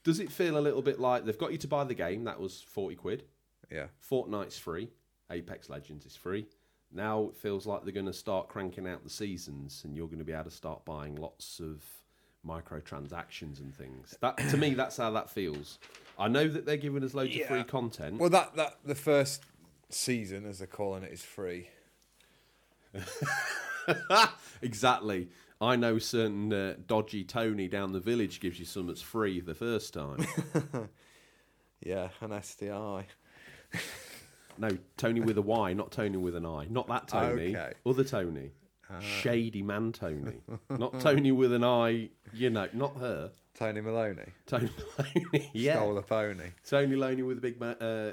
Does it feel a little bit like they've got you to buy the game? That was 40 quid.
Yeah.
Fortnite's free. Apex Legends is free. Now it feels like they're going to start cranking out the seasons, and you're going to be able to start buying lots of microtransactions and things. That to me, that's how that feels. I know that they're giving us loads of free
Yeah.
content. (laughs)
Well, that that the first season, as they're calling it, is free.
exactly. I know certain uh, dodgy Tony down the village gives you some that's free the first time.
Yeah, an SDI.
no, Tony with a Y, not Tony with an I. Not that Tony.
Okay.
Other Tony. Shady man Tony. not Tony with an I, you know, not her.
Tony Maloney
Tony Loney. (laughs) yeah.
stole a pony.
Tony Loney with a big, ma- uh,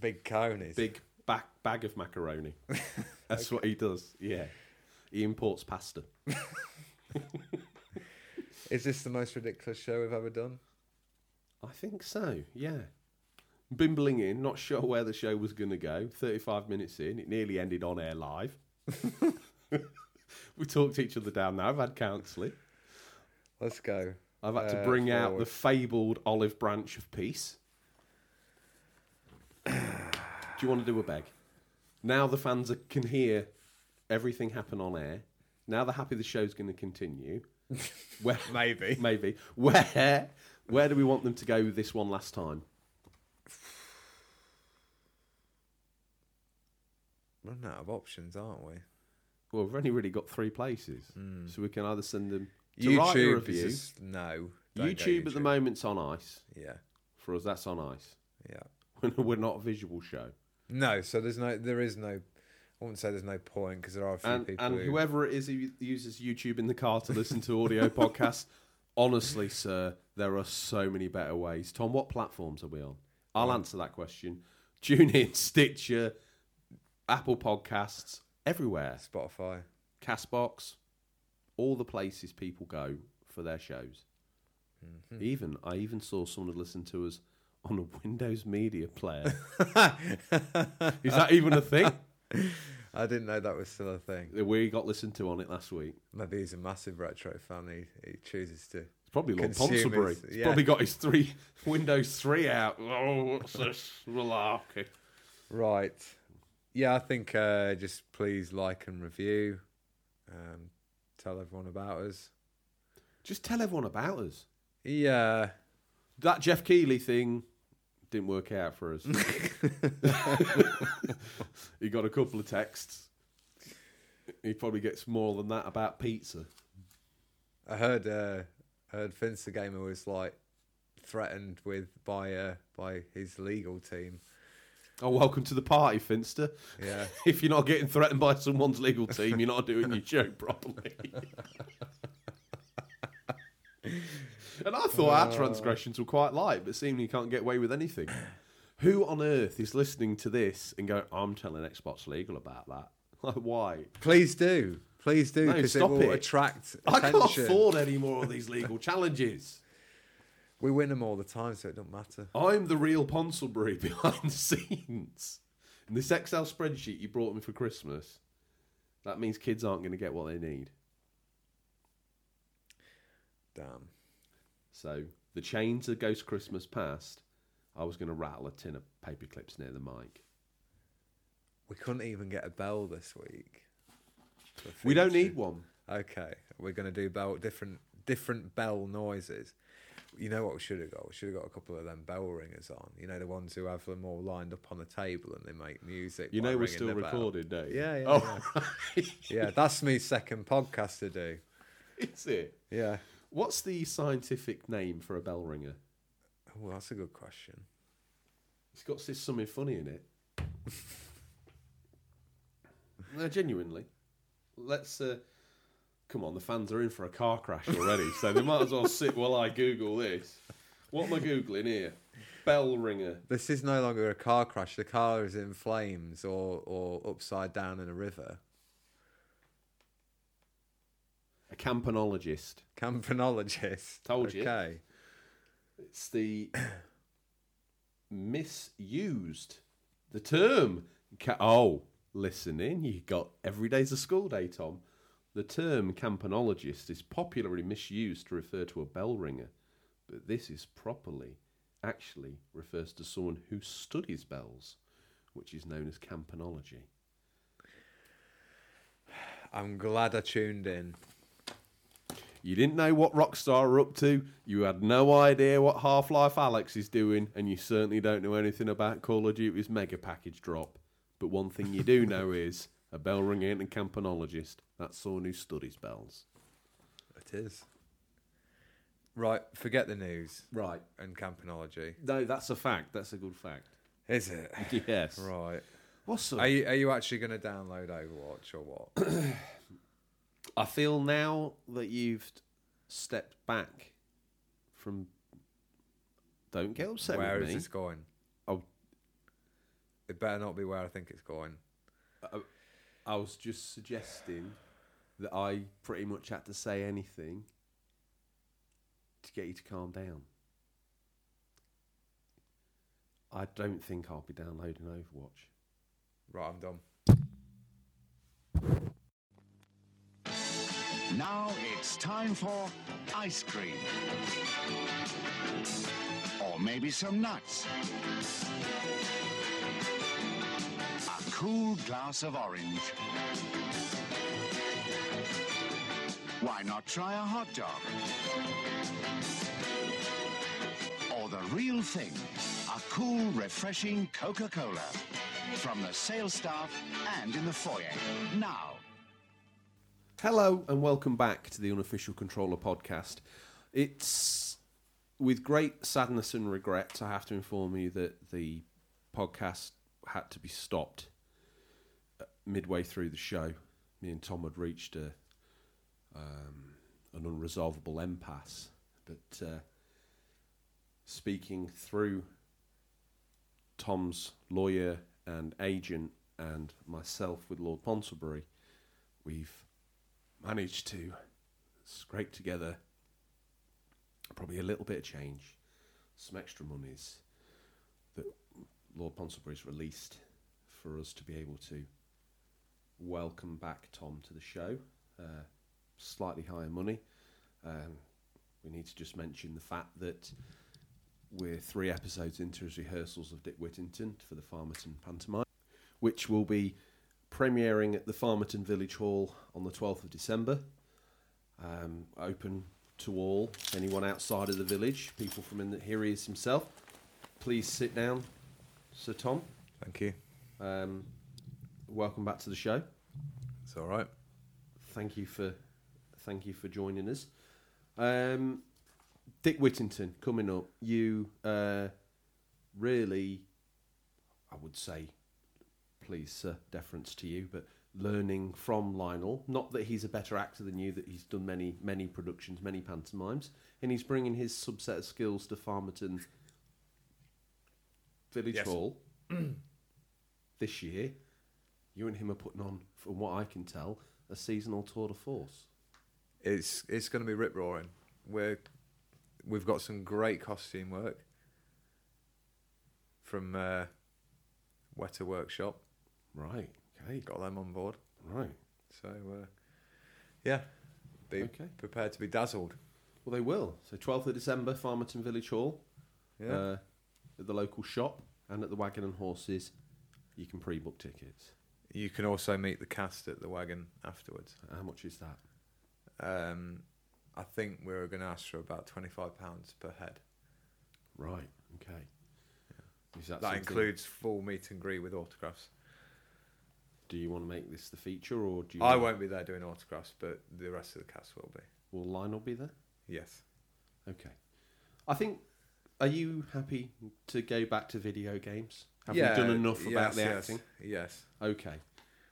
Big conies.
big bag, bag of macaroni. That's what he does. Yeah. He imports pasta.
Is this the most ridiculous show we've ever done?
I think so, yeah. Bimbling in, not sure where the show was going to go. 35 minutes in, it nearly ended on air live. (laughs) we talked each other down now. I've had counselling.
Let's go.
I've had to
Uh,
bring out the
forward.
fabled olive branch of peace. do you want to do a beg? Now the fans are, can hear everything happen on air. Now they're happy the show's going to
(laughs)
continue. Where,
Maybe.
maybe. Where, where do we want them to go this one last time?
Running out of options, aren't we?
Well, we've only really got three places, so we can either send them to write a
Hmm. YouTube is
review.
just- no. don't go
YouTube at the
YouTube.
moment's on ice
Yeah,
for us. That's on ice. (laughs)
yeah.
We're not a visual show,
No, so there's no, there is no. I wouldn't say there's no point because there are a few
and
people
and
who.
whoever it is who uses YouTube in the car to listen to audio podcasts, honestly, sir, there are so many better ways. Tom, what platforms are we on? I'll answer that question. Tune in, Stitcher, Apple Podcasts, everywhere,
(laughs) Spotify. (laughs)
Castbox, all the places people go for their shows. Even I even saw someone had listened to us on a (laughs) Windows Media Player. Is that even a thing?
I didn't know that was still a thing.
We got listened to on it last week.
Maybe he's a massive retro fan. He, he chooses to.
It's probably Lord
Consumers,
Ponsonbury. He's
yeah.
probably got his three (laughs) Windows three out. Oh, what's this malarkey?
Right. Yeah, I think uh, just please like and review. Um, tell everyone about us.
Just tell everyone about us.
Yeah.
That Jeff Keeley thing didn't work out for us. (laughs) he got a couple of texts. He probably gets more than that about pizza.
I heard uh, I heard Vince the Gamer was like threatened with by uh, by his legal team.
Oh, welcome to the party, Finster.
Yeah.
(laughs) If you're not getting threatened by someone's legal team, you're not doing your job properly.
(laughs)
and I thought our
Oh.
transgressions were quite light, but seemingly you can't get away with anything. (clears throat) Who on earth is listening to this and going, I'm telling Xbox Legal about that? (laughs) Like, why?
Please do. Please do
No,
because
stop
it will
it.
attract
(laughs) I
attention.
can't afford any more of these legal challenges.
We win them all the time, so it don't matter.
I'm the real Ponsonbury (laughs) behind the scenes. And this Excel spreadsheet you brought me for Christmas, that means kids aren't going to get what they need.
Damn.
So the chains of Ghost Christmas passed. I was going to rattle a tin of paper clips near the mic.
We couldn't even get a bell this week.
We don't need one.
Okay, we're gonna do bell different different bell noises. You know what we should have got? We should have got a couple of them bell ringers on. You know the ones who have them all lined up on a table and they make music.
You
by
know we're
ringing
still
the bell.
recorded, don't you?
Yeah, yeah,
Oh,
Yeah, that's me second podcast to do.
(laughs) is it?
Yeah.
What's the scientific name for a bell ringer?
Oh, that's a good question.
It's got s- something funny in it. no, genuinely. Let's. Uh, come on, the fans are in for a car crash already, so they might as well sit while I Google this. What am I Googling here? Bell ringer.
This is no longer a car crash. The car is in flames or or upside down in a river.
A campanologist.
Campanologist.
Told you.
Okay.
It's the (coughs) misused the term. Ca- oh, listen in. You got every day's a school day, Tom. The term campanologist is popularly misused to refer to a bell ringer, but this is properly actually refers to someone who studies bells, which is known as campanology.
I'm glad I tuned in.
You didn't know what Rockstar are up to. You had no idea what Half Life Alex is doing, and you certainly don't know anything about Call of Duty's mega package drop. But one thing you do (laughs) know is a bell ring ain't a campanologist. That's someone who studies bells.
It is. Right, forget the news
Right.
and campanology.
No, that's a fact. That's a good fact.
Is it?
(laughs) Yes.
Right.
What's up?
Are you, are you actually going to download Overwatch
(clears throat)
or what?
I feel now that you've stepped back from. Don't get upset
where
with me.
is this going?
Oh.
It better not be where I think it's going.
I was just suggesting that I pretty much had to say anything to get you to calm down. I don't think I'll be downloading Overwatch.
Right, I'm done.
Now it's time for ice cream. Or maybe some nuts. A cool glass of orange. Why not try a hot dog? Or the real thing, a cool, refreshing Coca Cola. From the sales staff and in the foyer. Now.
Hello and welcome back to the Unofficial Controller Podcast. It's with great sadness and regret I have to inform you that the podcast had to be stopped uh, midway through the show. Me and Tom had reached a um, an unresolvable impasse, but uh, speaking through Tom's lawyer and agent and myself with Lord Ponsonbury, we've managed to scrape together probably a little bit of change, some extra monies that Lord Ponsonbury's released for us to be able to welcome back Tom to the show. Uh, slightly higher money. Um, we need to just mention the fact that we're three episodes into his rehearsals of Dick Whittington for the Farmerton pantomime, which will be premiering at the Farmerton Village Hall on the 12th of December. Um, open to all, anyone outside of the village, people from in the, here he is himself. Please sit down, Sir Tom.
Thank you.
Um, welcome back to the show.
It's all right.
Thank you for thank you for joining us. Um, Dick Whittington coming up. You uh, really, I would say, please, sir, deference to you, but learning from Lionel. Not that he's a better actor than you, that he's done many many productions, many pantomimes, and he's bringing his subset of skills to Farmerton Village
Yes.
Hall this year. You and him are putting on, from what I can tell, a seasonal tour de force.
It's it's going to be rip roaring. We're we've got some great costume work from uh, Wetter Workshop.
Right. Okay.
Got them on board.
Right.
So uh, yeah, be
Okay.
prepared to be dazzled.
Well, they will. So 12th of December, Farmerton Village Hall,
Yeah.
uh, at the local shop and at the Wagon and Horses. You can pre-book tickets.
You can also meet the cast at the wagon afterwards.
How much is that?
Um, I think we were going to ask for about twenty five pounds per head.
Right. Okay. Is that,
that
something-
includes full meet and greet with autographs.
Do you want to make this the feature, or do you?
I
want-
won't be there doing autographs, but the rest of the cast will be.
Will Lionel be there?
Yes.
Okay. I think. Are you happy to go back to video games? Have we done enough about
yes,
the
yes,
acting?
Yes.
Okay.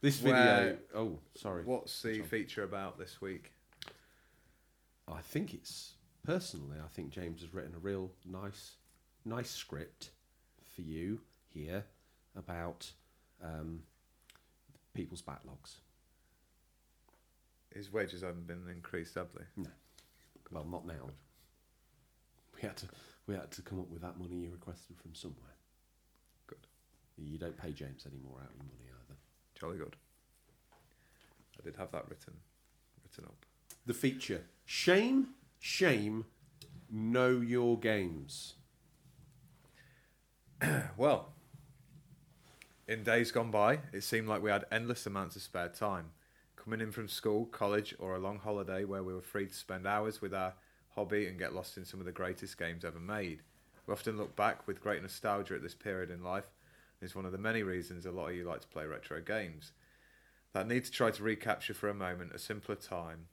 This video.
Where-
oh, sorry.
What's the
John.
feature about this week?
I think it's personally. I think James has written a real nice, nice script for you here about um, people's backlogs.
His wages haven't been increased, have they?
No, well, not now. We had to, we had to come up with that money you requested from somewhere.
Good.
You don't pay James any more out of your money either.
Jolly good. I did have that written, written up.
The feature shame, shame, know your games.
Well, in days gone by, it seemed like we had endless amounts of spare time. coming in from school, college, or a long holiday where we were free to spend hours with our hobby and get lost in some of the greatest games ever made. We often look back with great nostalgia at this period in life, and it's one of the many reasons a lot of you like to play retro games. That need to try to recapture for a moment a simpler time.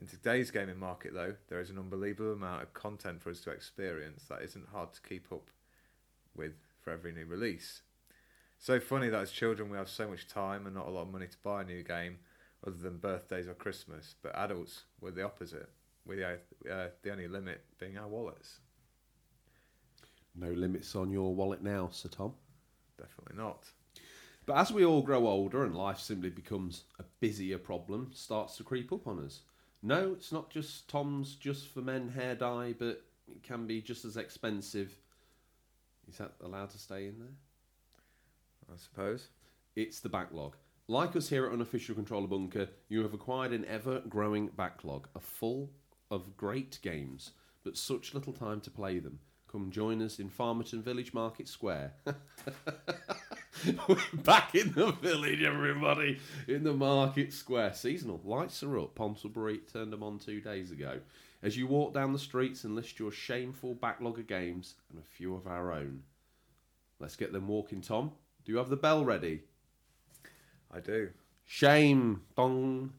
In today's gaming market, though, there is an unbelievable amount of content for us to experience that isn't hard to keep up with for every new release. So funny that as children we have so much time and not a lot of money to buy a new game other than birthdays or Christmas, but adults were the opposite, with the, uh, the only limit being our wallets.
No limits on your wallet now, Sir Tom.
Definitely not.
But as we all grow older and life simply becomes a busier problem, starts to creep up on us. No, it's not just Tom's just for men hair dye, but it can be just as expensive. Is that allowed to stay in there?
I suppose.
It's the backlog. Like us here at Unofficial Controller Bunker, you have acquired an ever growing backlog, a full of great games, but such little time to play them. Come join us in Farmerton Village Market Square. (laughs) We're back in the village, everybody, in the market square. Seasonal lights are up. Ponsonbury turned them on two days ago. As you walk down the streets and list your shameful backlog of games and a few of our own. Let's get them walking, Tom. Do you have the bell ready?
I do.
Shame, bong.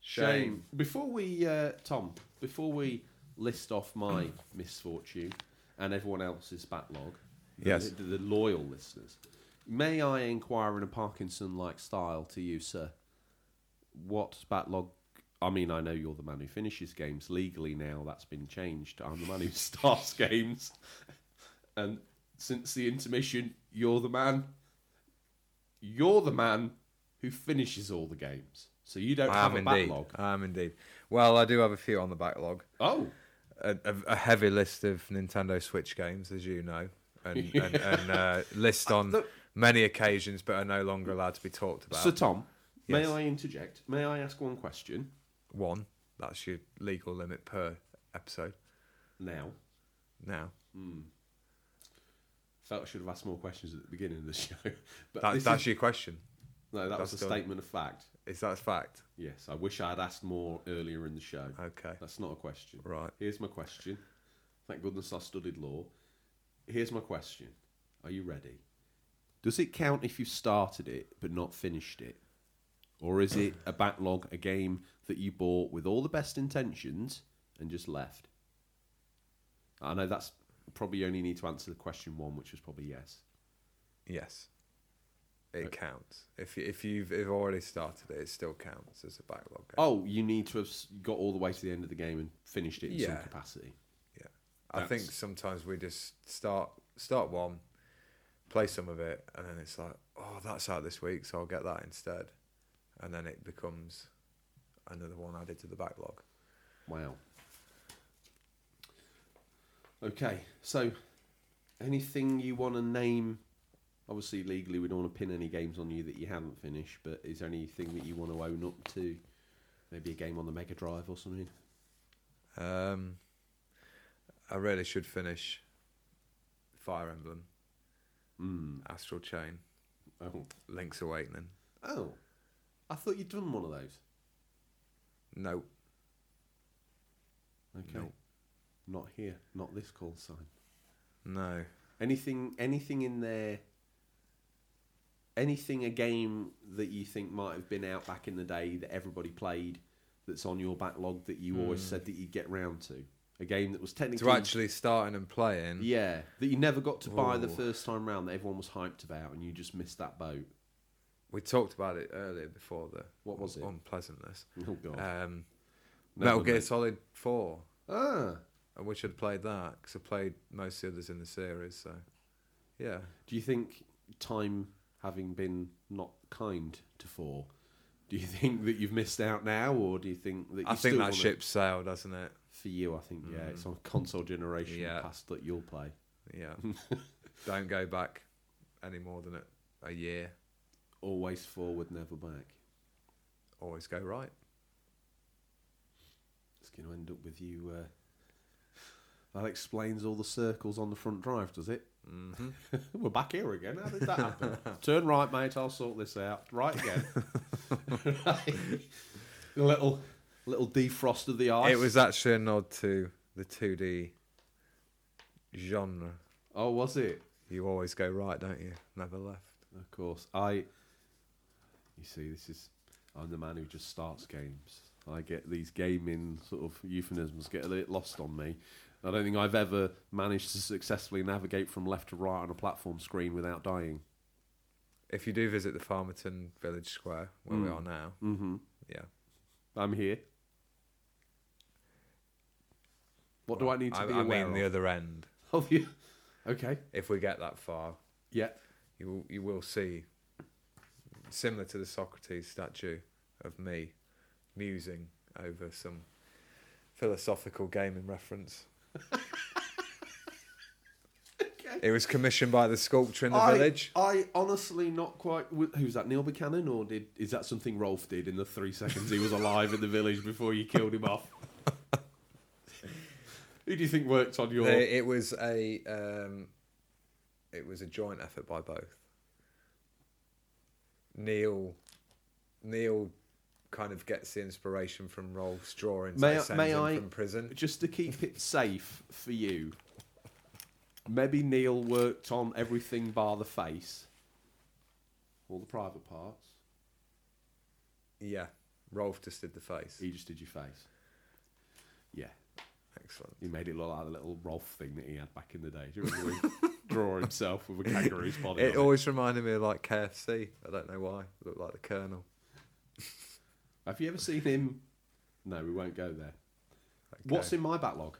Shame.
Before we, uh, Tom, before we list off my (clears throat) misfortune and everyone else's backlog, the-
Yes.
the, the loyal listeners, may I inquire in a Parkinson-like style to you, sir, what backlog? I mean, I know you're the man who finishes games legally now. That's been changed. I'm the man who (laughs) starts games, and since the intermission, you're the man. You're the man who finishes all the games, so you don't
I
have
am
a
indeed.
backlog.
I am indeed. Well, I do have a few on the backlog.
Oh,
a, a, a heavy list of Nintendo Switch games, as you know, and, and, (laughs) and uh, list on many occasions, but are no longer allowed to be talked about.
Sir Tom, may
Yes.
I interject? May I ask one question
One, that's your legal limit per episode
now?
now.
Felt I should have asked more questions at the beginning of the (laughs) show, but
That,
this
that's
is,
your question.
no, that was a
that's done.
statement of fact.
Is that a fact?
Yes, I wish I had asked more earlier in the show.
Okay.
That's not a question.
Right.
Here's my question. Thank goodness I studied law. Here's my question. Are you ready? Does it count if you've started it but not finished it? Or is it a backlog, a game that you bought with all the best intentions and just left? I know that's probably you only need to answer the question one, which was probably yes.
Yes. It counts. If you- if you've if already started it, it still counts as a backlog. Game.
Oh, you need to have s- got all the way to the end of the game and finished it in some
Yeah.
capacity.
Yeah, I think
That's-
sometimes we just start start one, play some of it, and then it's like, oh, that's out this week, so I'll get that instead, and then it becomes another one added to the backlog.
Wow. Okay, so anything you want to name? Obviously, legally, we don't want to pin any games on you that you haven't finished, but is there anything that you want to own up to? Maybe a game on the Mega Drive or something?
Um, I really should finish Fire Emblem,
Mm.
Astral Chain,
Oh.
Link's Awakening.
oh, I thought you'd done one of those.
No,
Okay.
No.
Not here, not this call sign.
no,
Anything, anything in there? Anything a game that you think might have been out back in the day that everybody played, that's on your backlog that you always said that you'd get round to? A game that was technically
Hmm. to actually starting and playing.
yeah that you never got to buy the
Ooh.
first time round that everyone was hyped about and you just missed that boat.
We talked about it earlier before the
What was it?
unpleasantness.
Oh god.
Um,
Never
Metal Gear
mind.
Solid Four.
ah,
I wish I'd played that because I played most of the others in the series. So, yeah,
do you think time having been not kind to four? Do you (laughs) think that you've missed out now, or do you think that you
I think
still
that
wanna-
ship sailed, hasn't it?
for you? I think yeah, it's on console generation
Mm. Yeah.
past that you'll play.
Yeah,
(laughs)
don't go back any more than a, a year.
Always forward, never back.
Always go right.
It's going to end up with you. Uh... That explains all the circles on the front drive, does it?
hmm
(laughs) We're back here again. How did that (laughs)
(laughs)
happen? Turn (laughs) right, mate. I'll sort this out. Right again. Right. A little, little defrost of the ice.
It was actually a nod to the 2D genre.
Oh, was it?
You always go right, don't you? Never left.
Of course. I. You see, this is. I'm the man who just starts games. I get these gaming sort of euphemisms get a bit lost on me. I don't think I've ever managed to successfully navigate from left to right on a platform screen without dying.
If you do visit the Farmerton Village Square, where we are now,
Mm-hmm.
yeah.
I'm here. What do I need to
I,
be
I
aware
mean, the
of?
other end.
(laughs) Of you? Okay.
If we get that far,
Yeah.
you will, you will see, similar to the Socrates statue of me, musing over some philosophical gaming reference. It was commissioned by the sculptor in the
I,
village.
I honestly not quite. wi- Who's that? Neil Buchanan, or did is that something Rolf did in the three seconds he was alive in the village before you killed him
(laughs)
off? Who do you think worked on your?
They- it was a um, it was a joint effort by both. Neil Neil kind of gets the inspiration from Rolf's drawings.
May
that
I-
sends
may
him
I-
from prison?
Just to keep it safe for you, maybe Neil worked on everything bar the face, all the private parts.
Yeah, Rolf just did the face.
He just did your face. Yeah,
Excellent.
he made it look like the little Rolf thing that he had back in the day. Do you remember when
(laughs)
he draw himself with a kangaroo's body? on
It always reminded me of like KFC. I don't know why. It looked like the Colonel.
Have you ever seen him? No, we won't go there. What's in my backlog?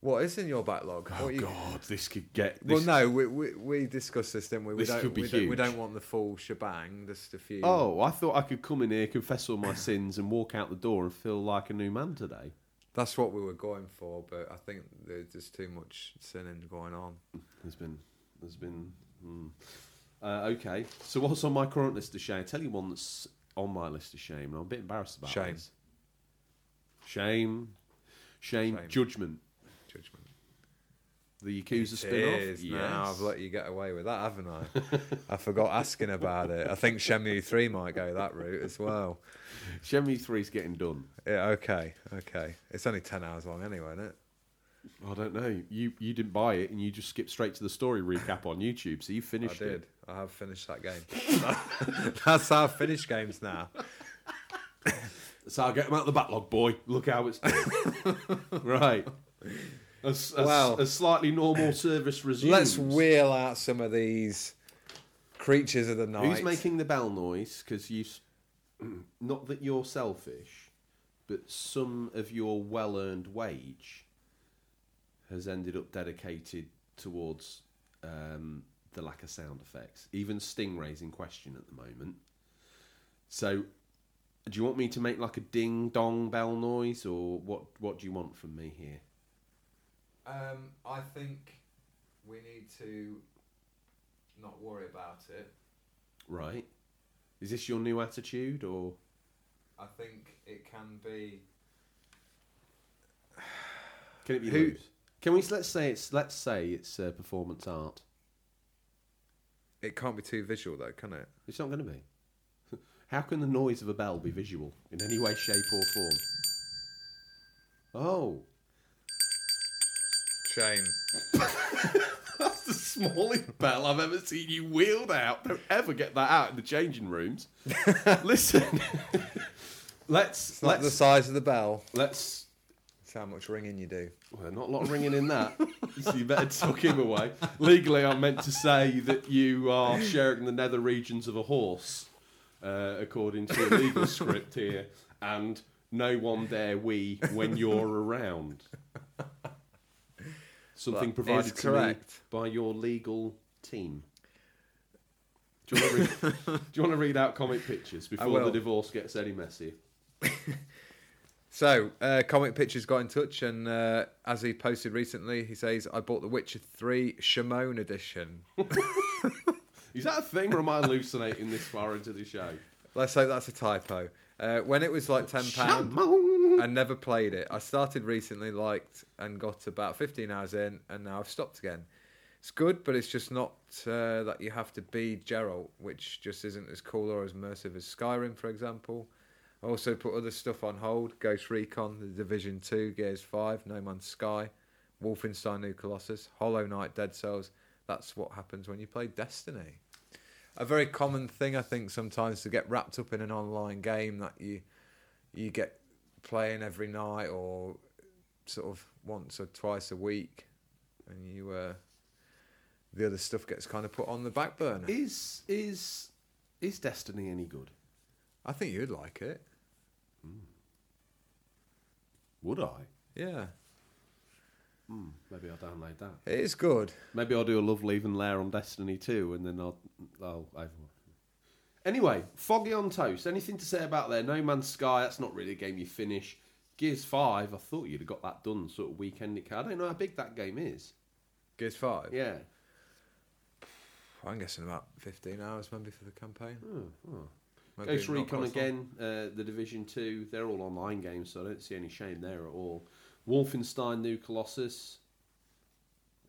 What is in your backlog? What you-
Oh, God, this could get.
Well, no, we, we we discussed this, didn't we? We
This
don't
could be
we, don't we
huge.
don't want the full shebang. Just a few.
(laughs) Oh, I thought I could come in here, confess all my (coughs) sins, and walk out the door and feel like a new man today.
That's what we were going for, but I think there's just too much sinning going on.
There's been, there's been. Hmm. Uh, okay, so what's on my current list of shame? I'll tell you one that's on my list of shame, and I'm a bit embarrassed about
Shame.
this. Shame, shame,
Shame.
judgment.
Judgment.
The Yakuza
It
spin-off.
is. Now I've let you get away with that, haven't I? I forgot asking about it. I think Shenmue Three might go that route as well.
Shenmue Three's getting done.
Yeah. Okay. Okay. It's only ten hours long anyway, isn't it?
I don't know. You you didn't buy it, and you just skipped straight to the story recap on YouTube. So you
I
finished
did.
it.
I have finished that game. (laughs) That's how I finish games now.
So I'll get him out of the backlog, boy. Look how it's done.
(laughs)
right. A, s- a s-
Well-
a slightly normal service resumes.
Let's wheel out some of these creatures of the night.
Who's making the bell noise? Because you, s- (clears throat) not that you're selfish, but some of your well-earned wage has ended up dedicated towards um, the lack of sound effects. Even Stingray's in question at the moment. So, do you want me to make like a ding dong bell noise, or what? What do you want from me here?
Um, I think we need to not worry about it.
Right? Is this your new attitude, or
I think it can be.
can it be
Who-
loose? Can we let's say it's let's say it's uh, performance art.
It can't be too visual though, can it?
It's not going to be. (laughs) How can the noise of a bell be visual in any way, shape, or form? Oh,
Shame.
that's the smallest (laughs) bell I've ever seen you wheeled out. Don't ever get that out in the changing (laughs) rooms. Listen, (laughs) let's
It's not the
let's
size of the bell.
let's.
It's how much ringing you do.
Well, not a lot ringing in that, so (laughs) you better tuck him away. Legally, I'm meant to say that you are sharing the nether regions of a horse, uh, according to a legal script here, and no one dare we when you're around. Something
That
provided
is
to me
correct.
by your legal team. Do you, want to read, do you want to read out comic pictures before the
will.
divorce gets any messier?
So, uh, Comic Pictures got in touch, and uh, as he posted recently, he says, I bought The Witcher 3 Shimon edition.
Is that a thing, or am I hallucinating this far into the show?
Let's hope that's a typo. Uh, when it was like £10,
Shamon!
I never played it. I started recently, liked, and got about 15 hours in, and now I've stopped again. It's good, but it's just not uh, that you have to be Geralt, which just isn't as cool or as immersive as Skyrim, for example. I also put other stuff on hold Ghost Recon, The Division 2, Gears 5, No Man's Sky, Wolfenstein New Colossus, Hollow Knight, Dead Cells. That's what happens when you play Destiny. A very common thing, I think, sometimes to get wrapped up in an online game that you you get playing every night or sort of once or twice a week, and you uh, the other stuff gets kind of put on the back burner.
Is is is Destiny any good?
I think you'd like it.
Would I?
Yeah,
Hmm, maybe I'll download that.
it is good.
Maybe I'll do a love leaving lair on Destiny 2 and then I'll. I'll I've, anyway, Foggy on Toast. Anything to say about there? No Man's Sky, that's not really a game you finish. Gears 5, I thought you'd have got that done sort of weekend. Nick. I don't know how big that game is.
Gears Five.
Yeah.
I'm guessing about 15 hours maybe for the campaign.
Hmm,
Maybe
Ghost
not
Recon
quite so long.
again, uh, The Division 2, they're all online games, so I don't see any shame there at all. Wolfenstein New Colossus.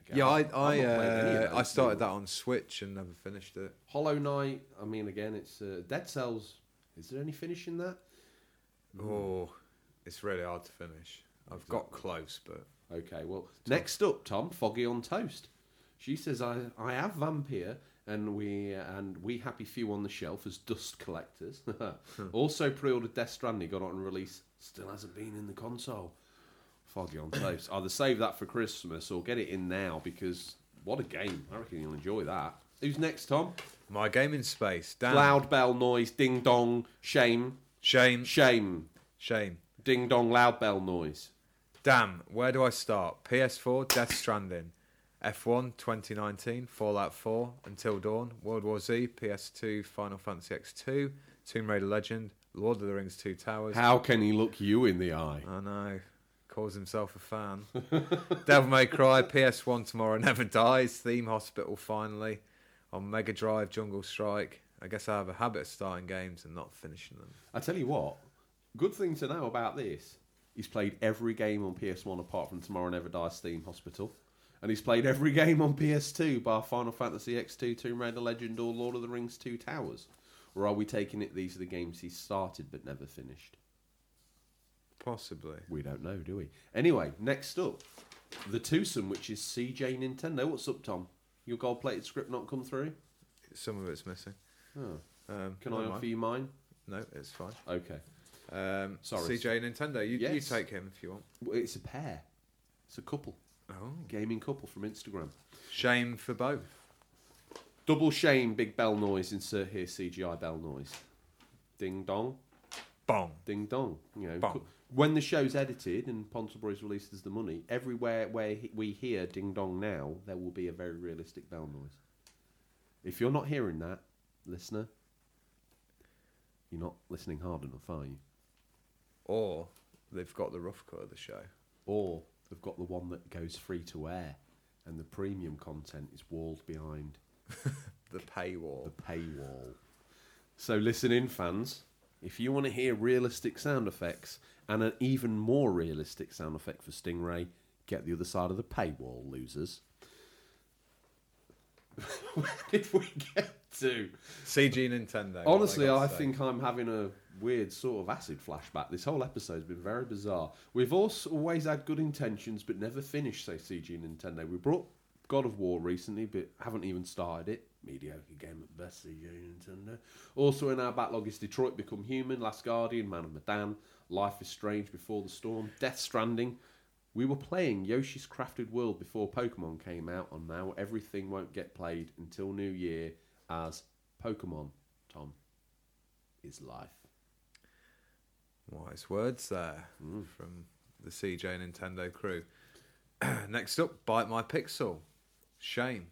Again,
Yeah, I
I've not
I,
played any of
uh,
those.
I started that on Switch and never finished it.
Hollow Knight. I mean, again, it's uh, Dead Cells. Is there any finish in that?
Oh, it's really hard to finish. I've got close, but
Okay, well, next up, Tom Foggy on toast. She says, "I I have Vampire and we and we happy few on the shelf as dust collectors. (laughs) also pre-ordered Death Stranding, got it on release. Still hasn't been in the console. Foggy on toast. Either save that for Christmas or get it in now because what a game! I reckon you'll enjoy that. Who's next, Tom?
my game in space. Dan,
Loud bell noise, ding dong, shame,
shame,
shame,
shame.
ding dong, loud bell noise.
Damn, where do I start? PS4, Death Stranding, F1 2019, Fallout 4, Until Dawn, World War Z, PS2, Final Fantasy X2, Tomb Raider Legend, Lord of the Rings: Two Towers.
How can he look you in the eye?
I know. Calls himself a fan. (laughs) Devil May Cry, PS1 Tomorrow Never Dies, Theme Hospital finally, on Mega Drive, Jungle Strike. I guess I have a habit of starting games and not finishing them.
I tell you what, good thing to know about this. He's played every game on PS1 apart from Tomorrow Never Dies Theme Hospital. And he's played every (laughs) game on PS2 bar Final Fantasy X2, Tomb Raider Legend, or Lord of the Rings 2 Towers. Or are we taking it these are the games he started but never finished?
Possibly.
We don't know, do we? Anyway, next up, The Twosome, which is CJ Nintendo. What's up, Tom? Your gold plated script not come through?
Some of it's missing.
Oh.
Um,
Can
never
I
mind.
offer you mine?
No, it's fine.
Okay.
Um,
Sorry.
CJ Nintendo, you, you
Yes.
take him if you want.
Well, It's a pair, it's a couple.
Oh.
Gaming couple from Instagram.
Shame for both.
Double shame, big bell noise. Insert here CGI bell noise. Ding dong,
Bong.
ding dong. You know,
Bong.
cu- when the show's edited and Ponsonbury's released as the money, everywhere where he- we hear ding dong now, there will be a very realistic bell noise. If you're not hearing that, listener, you're not listening hard enough, are you?
Or they've got the rough cut of the show.
Or they've got the one that goes free to air, and the premium content is walled behind
The paywall.
the paywall. So listen in, fans. If you want to hear realistic sound effects and an even more realistic sound effect for Stingray, get the other side of the paywall, losers. (laughs) Where did we get to?
CG Nintendo. what
Honestly,
they got
I
to say.
think I'm having a weird sort of acid flashback. This whole episode's been very bizarre. We've also always had good intentions, but never finished, say CG Nintendo. We brought God of War recently, but haven't even started it. Mediocre game at best, CG Nintendo. Also in our backlog is Detroit Become Human, Last Guardian, Man of Medan, Life is Strange, Before the Storm, Death Stranding. We were playing Yoshi's Crafted World before Pokemon came out, and now everything won't get played until New Year as Pokemon, Tom is life.
Wise words there from the CJ Nintendo crew. (clears throat) Next up, Bite My Pixel. Shame.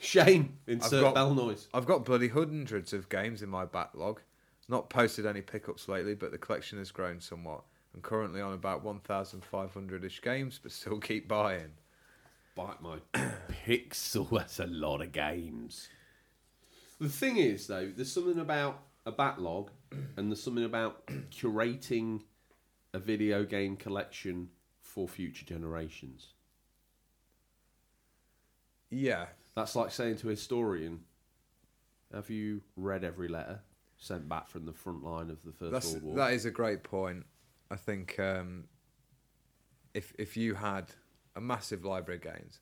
Shame.
I've
Insert
got-
bell noise.
I've got bloody hundreds of games in my backlog. Not posted any pickups lately, but the collection has grown somewhat. I'm currently on about 1,500 ish games, but still keep buying.
Bite my (coughs) pixel. (laughs) That's a lot of games. The thing is, though, there's something about a backlog, (coughs) and there's something about (coughs) curating a video game collection for future generations.
Yeah,
That's like saying to a historian, "Have you read every letter?" sent back from the front line of the First
That's
World War.
that is a great point. I think um, if if you had a massive library of games,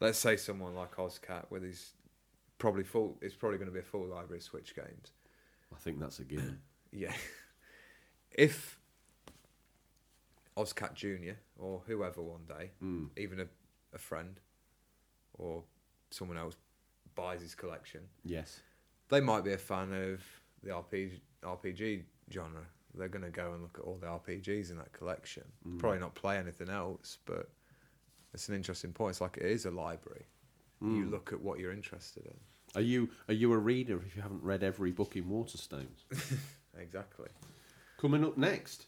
let's say someone like Ozcat with his probably full, it's probably going to be a full library of Switch games.
I think that's a (coughs) given.
Yeah. (laughs) If Ozcat Junior or whoever one day, even a, a friend or someone else buys his collection,
yes.
they might be a fan of the RPG, RPG genre. They're going to go and look at all the RPGs in that collection.
Mm.
Probably not play anything else, but it's an interesting point. It's like it is a library.
Mm.
You look at what you're interested in.
Are you are you a reader if you haven't read every book in Waterstones?
Exactly.
Coming up next,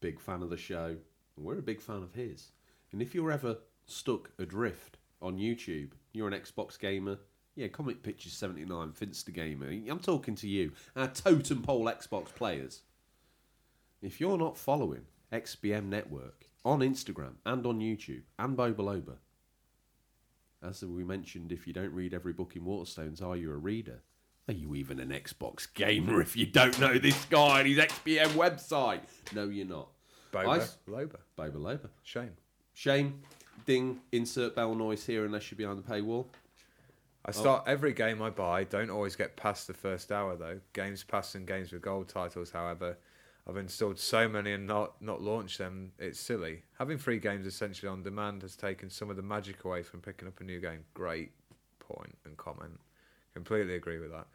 big fan of the show. We're a big fan of his. And if you're ever stuck adrift on YouTube, you're an Xbox gamer. Yeah, Comic Pictures 79, Finster Gamer. I'm talking to you, our totem pole Xbox players. If you're not following XBM Network on Instagram and on YouTube and Boba as we mentioned, if you don't read every book in Waterstones, are you a reader? Are you even an Xbox gamer if you don't know this guy and his XBM website? No, you're not.
Boba.
I s-
Loba.
Boba Loba.
Shame.
Shame. Ding. Insert bell noise here unless you're behind the paywall.
I start every game I buy. Don't always get past the first hour though. Games Pass and games with gold titles, however, I've installed so many and not not launched them. It's silly. Having free games essentially on demand has taken some of the magic away from picking up a new game. Great point and comment. Completely agree with that.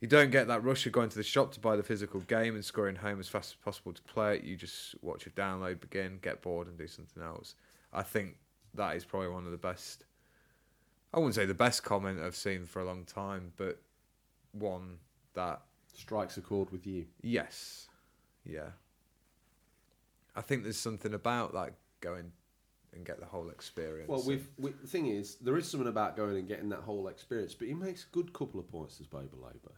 You don't get that rush of going to the shop to buy the physical game and scoring home as fast as possible to play it. You just watch a download begin, get bored, and do something else. I think that is probably one of the best I wouldn't say the best comment I've seen for a long time, but one that
Strikes a chord with you.
yes, yeah. I think there's something about that going and get the whole experience.
Well,
and-
we've, we, the thing is, there is something about going and getting that whole experience, but he makes a good couple of points as Boba Loba.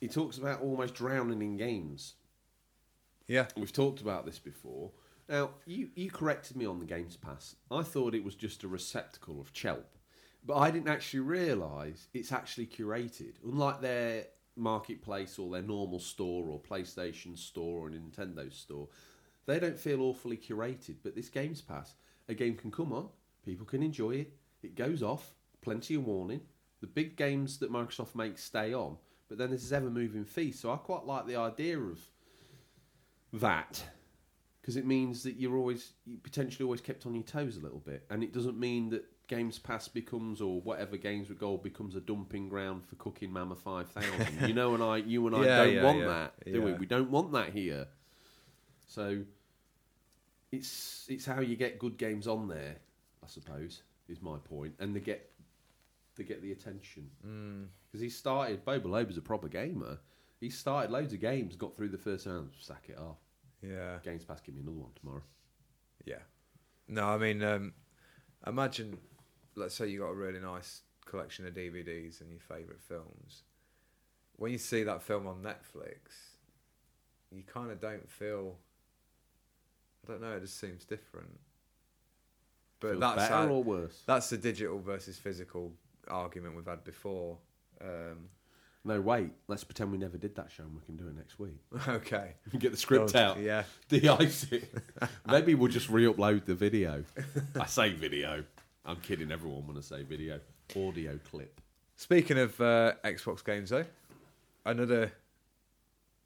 He talks about almost drowning in games.
yeah,
We've talked about this before. Now, you, you corrected me on the Games Pass. I thought it was just a receptacle of chelp, but I didn't actually realise it's actually curated. Unlike their marketplace or their normal store or PlayStation store or Nintendo store, they don't feel awfully curated. But this Games Pass, a game can come on, people can enjoy it, it goes off, plenty of warning. The big games that Microsoft makes stay on, but then there's this ever moving fee. So I quite like the idea of that because it means that you're always you potentially always kept on your toes a little bit and it doesn't mean that games pass becomes or whatever games with gold becomes a dumping ground for cooking mama 5000 you know and i you and i
(laughs) Yeah,
don't
yeah,
want
yeah,
that do we
yeah.
we don't want that here so it's it's how you get good games on there i suppose is my point and they get they get the attention
Mm.
because he started boba loba's a proper gamer he started loads of games got through the first round sack it off
yeah,
Games Pass, give me another one tomorrow.
yeah. No, I mean, um, imagine, let's say you got a really nice collection of DVDs and your favourite films. When you see that film on Netflix, you kind of don't feel. I don't know. It just seems different. But
Feels
that's
better
how-
or worse?
That's the digital versus physical argument we've had before. Um, (laughs)
No, wait. Let's pretend we never did that show and we can do it next week.
okay.
We can (laughs) get the script
Oh,
out.
yeah.
(laughs) De-ice it. Maybe we'll just re-upload the video. (laughs) I say video. I'm kidding everyone when I say video. Audio clip.
Speaking of uh, Xbox games, though, another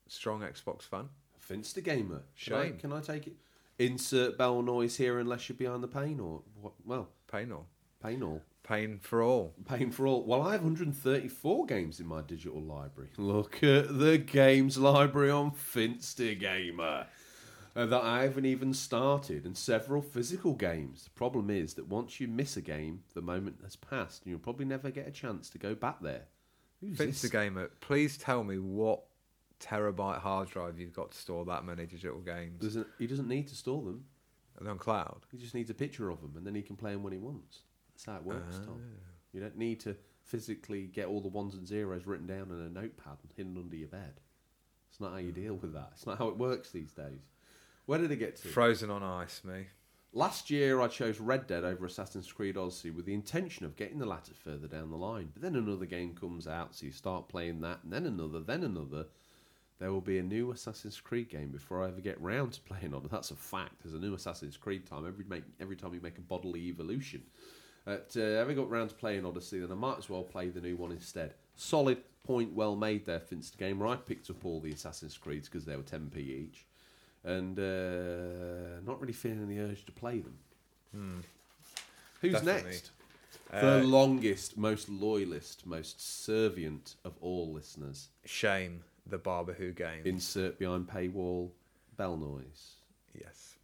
strong Xbox fan.
Finster Gamer. Should I,
Shame.
can I take it? Insert bell noise here unless you're behind the pain or... What? Well,
Pain all.
pain all.
Pain for all.
Paying for all. Well, I have 134 games in my digital library. Look at the games library on Finster Gamer uh, that I haven't even started, and several physical games. The problem is that once you miss a game, the moment has passed, and you'll probably never get a chance to go back there. Who's
Vince the
this?
Gamer, please tell me what terabyte hard drive you've got to store that many digital games.
Doesn't, he doesn't need to store them.
Are they on cloud?
He just needs a picture of them, and then he can play them when he wants. That's how it works, Tom. You don't need to physically get all the ones and zeros written down in a notepad and hidden under your bed. It's not how you deal with that. It's not how it works these days. Where did it get to?
Frozen on ice, me.
Last year, I chose Red Dead over Assassin's Creed Odyssey with the intention of getting the latter further down the line. But then another game comes out, so you start playing that, and then another, then another. There will be a new Assassin's Creed game before I ever get round to playing on. it. That's a fact. There's a new Assassin's Creed time every make, every time you make a bodily evolution. But uh, having got round to playing Odyssey, then I might as well play the new one instead. Solid point, well made there, Finster Gamer. I picked up all the Assassin's Creeds because they were 10p each, and uh, not really feeling the urge to play them. Who's
Definitely.
next? the longest, most loyalist, most servient of all listeners.
Shame the Barber Who game.
Insert behind paywall bell noise.
Yes.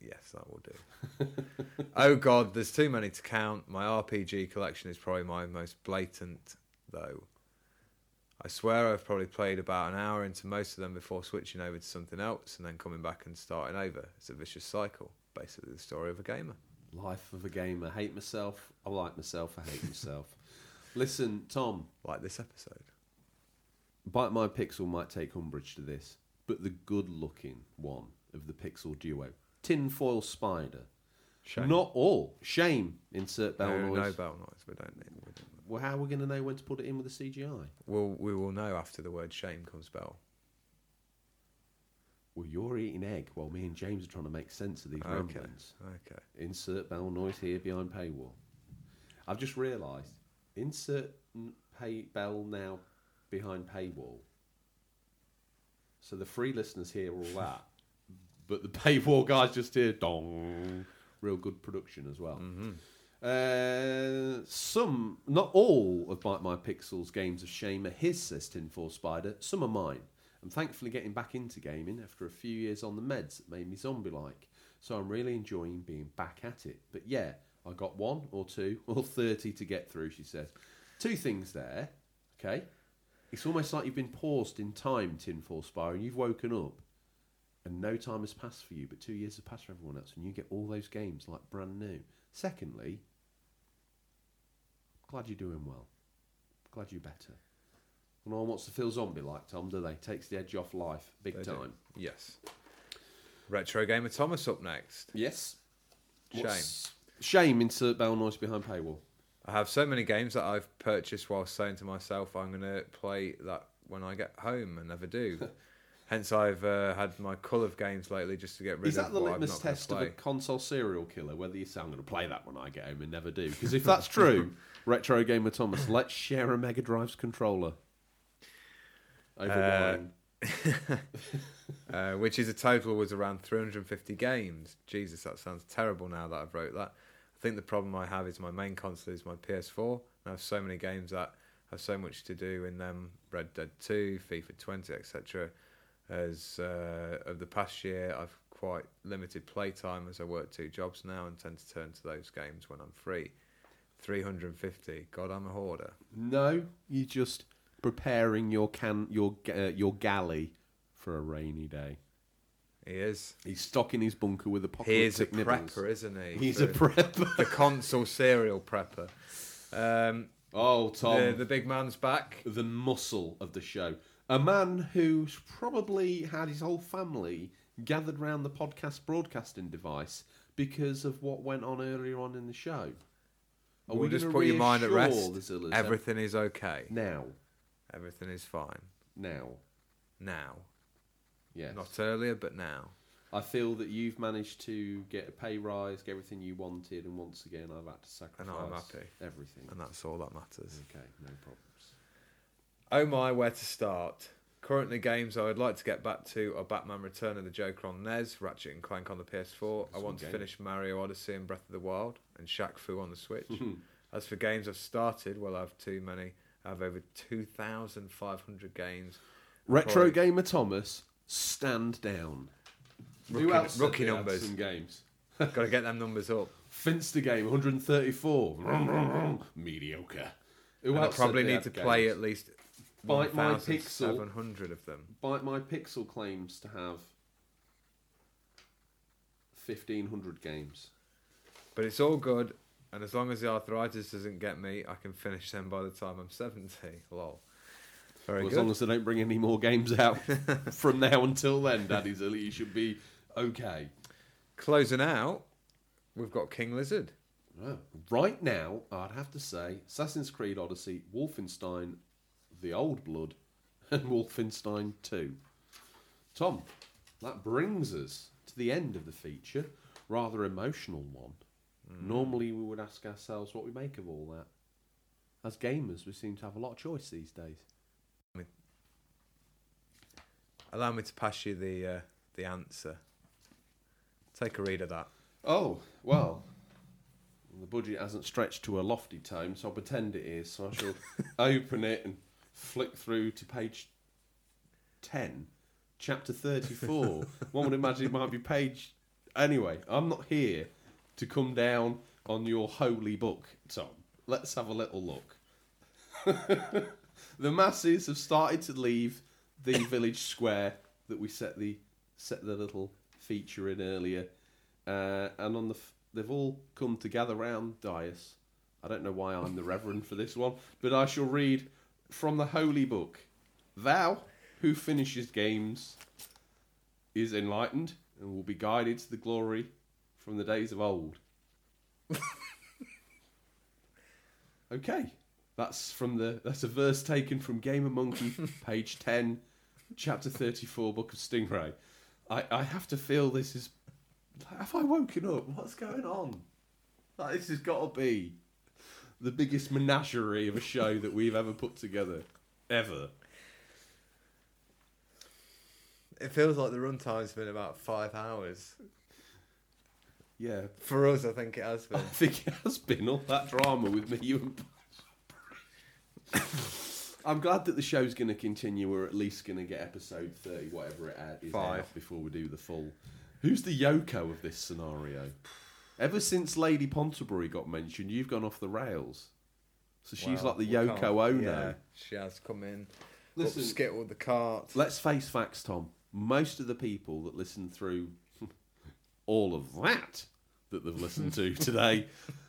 Yes, that will do. (laughs) oh god, there's too many to count. My RPG collection is probably my most blatant though. I swear I've probably played about an hour into most of them before switching over to something else and then coming back and starting over. It's a vicious cycle, basically the story of a gamer.
Life of a gamer. Hate myself. I like myself. I hate myself.
(laughs)
Listen, Tom,
Like this episode.
Bite My Pixel might take umbrage to this, but the good looking one of the Pixel duo, Tinfoil Spider.
Shame.
Not all. Shame. Insert bell
no, no
noise.
bell noise. We don't need. We don't.
Well, how are we going to know when to put it in with the CGI?
We'll, we will know after the word shame comes bell.
Well, you're eating egg while me and James are trying to make sense of these
Okay.
ramblings.
Okay.
Insert bell noise here behind paywall. I've just realised. Insert n- pay bell now behind paywall. So the free listeners hear all that, but the (laughs) paywall guys just hear dong. Real good production as well. Uh, some, not all of Bite My Pixel's games of shame are his, says Tinfoil Spider. Some are mine. I'm thankfully getting back into gaming after a few years on the meds that made me zombie like. So I'm really enjoying being back at it. But yeah, I got one or two (laughs) or 30 to get through, she says. Two things there, okay? It's almost like you've been paused in time, Tinfoil Spider, and you've woken up and no time has passed for you, but two years have passed for everyone else, and you get all those games like brand new. Secondly, glad you're doing well. Glad you're better. No one wants to feel zombie like Tom, do they? Takes the edge off life, big
They do.
time.
Yes. Retro Gamer Thomas up next.
Yes.
Shame.
Shame. Insert bell noise behind paywall.
I have so many games that I've purchased while saying to myself, I'm going to play that when I get home and never do.
(laughs)
Hence, I've uh, had my cull of games lately just to get rid
Is that
of
the
what I'm
litmus
not gonna
test of a
play.
console serial killer? Whether you say I'm going to play that when I get home and never do? Because
(laughs)
if that's true, retro gamer Thomas, let's share a Mega Drive's controller. Over wine.
uh, which is a total was around 350 games. Jesus, that sounds terrible now that I've wrote that. I think the problem I have is my main console is my PS4, and I have so many games that have so much to do in them: Red Dead 2, FIFA 20, etc. As uh, of the past year, I've quite limited playtime as I work two jobs now and tend to turn to those games when I'm free. 350. God, I'm a hoarder.
No, you're just preparing your can your ga- uh, your galley for a rainy day.
He is.
He's stocking his bunker with
He is a
apocalyptic nibbles.
prepper, isn't he?
He's a
For-
prepper. (laughs)
the console serial prepper. Um,
Oh, Tom,
the, the big man's back.
the muscle of the show. A man who's probably had his whole family gathered round the podcast broadcasting device because of what went on earlier on in the show. Are
We'll
we
just
gonna
put your mind at
reassure
rest.
the Zillas that-
Everything is okay.
now,
Everything is fine
now,
now.
yes.
Not earlier, but now.
I feel that you've managed to get a pay rise, get everything you wanted, and once again, I've had to sacrifice
happy.
everything.
And that's all that matters.
Okay, no problems.
Oh my, where to start? Currently, games I would like to get back to are Batman Return of the Joker on NES, Ratchet and Clank on the PS4. I
Some
want to
game.
finish Mario Odyssey and Breath of the Wild, and Shaq Fu on
(laughs)
the Switch. As for games I've started, well, I have too many. I have over 2,500 games.
Retro
Right.
gamer Thomas, stand down.
Rookie-
said
rookie
they had
numbers.
Some games.
Got to get them numbers up.
Finster game 134. Vroom, vroom, vroom. Mediocre. Who
And I
else said
probably
they
need
had
to play
games?
at least
Bite My
1,700 of them.
Bite My Pixel claims to have 1500 games.
But it's all good, and as long as the arthritis doesn't get me, I can finish them by the time I'm 70. Lol. Very
Well, as
good.
long as they don't bring any
(laughs)
more games out from now until then, Daddy Zilly, you should be okay.
Closing out, we've got King Lizard.
Wow. Right now, I'd have to say Assassin's Creed Odyssey, Wolfenstein, The Old Blood, (laughs) and Wolfenstein 2. Tom, that brings us to the end of the feature. Rather emotional one. Normally, we would ask ourselves what we make of all that. As gamers, we seem to have a lot of choice these days.
Allow me to pass you the uh, the answer. Take a read of that.
Oh, well. The budget hasn't stretched to a lofty tone, so I'll pretend it is. So I shall open it and flick through to page 10, chapter 34. One would imagine it might be page. Anyway, I'm not here to come down on your holy book, Tom. Let's have a little look. (laughs) the masses have started to leave the (coughs) village square that we set the set the little feature in earlier, uh, and on the f- they've all come to gather round dais. I don't know why I'm the reverend for this one, but I shall read from the holy book. Thou who finishes games is enlightened and will be guided to the glory from the days of old. Okay, that's from the that's a verse taken from Gamer Monkey, page ten, chapter thirty-four, book of Stingray. I I have to feel this is. Have I woken up? What's going on? Like, this has got to be the biggest menagerie of a show that we've ever put together, ever.
It feels like the runtime's been about five hours.
Yeah,
For us, I think it has
(laughs) I
been.
think it has been all that drama with me, you and. I'm glad that the show's going to continue. We're at least going to get episode 30, whatever it is,
Five.
out before we do the full. Who's the Yoko of this scenario? Ever since Lady Ponterbury got mentioned, you've gone off the rails. So she's
Wow,
like the
we can't-
Yoko Ono.
Yeah, she has come in.
Listen-
Listen, skittled the cart.
Let's face facts, Tom. Most of the people that listen through (laughs) all of that that they've listened to today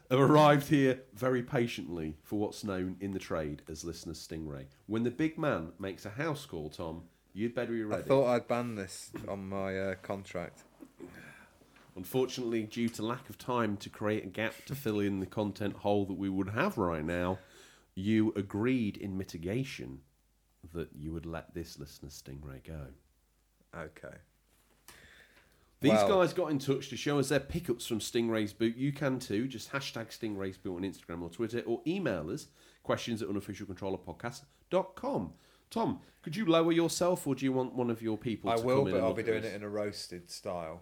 have arrived here very patiently for what's known in the trade as listener stingray. When the big man makes a house call, Tom, you'd better be
I
ready.
thought I'd ban this on my uh, contract.
Unfortunately, due to lack of time to create a gap to fill in the content hole that we would have right now, you agreed in mitigation that you would let this listener stingray go.
Okay.
These
Wow.
guys got in touch to show us their pickups from Stingray's Boot. You can too. Just hashtag Stingray's Boot on Instagram or Twitter or email us questions at unofficialcontrollerpodcast.com. Tom, could you lower yourself or do you want one of your people
I
to
will,
come in
but
and
I'll
look
be
at
doing
us?
it in a roasted style.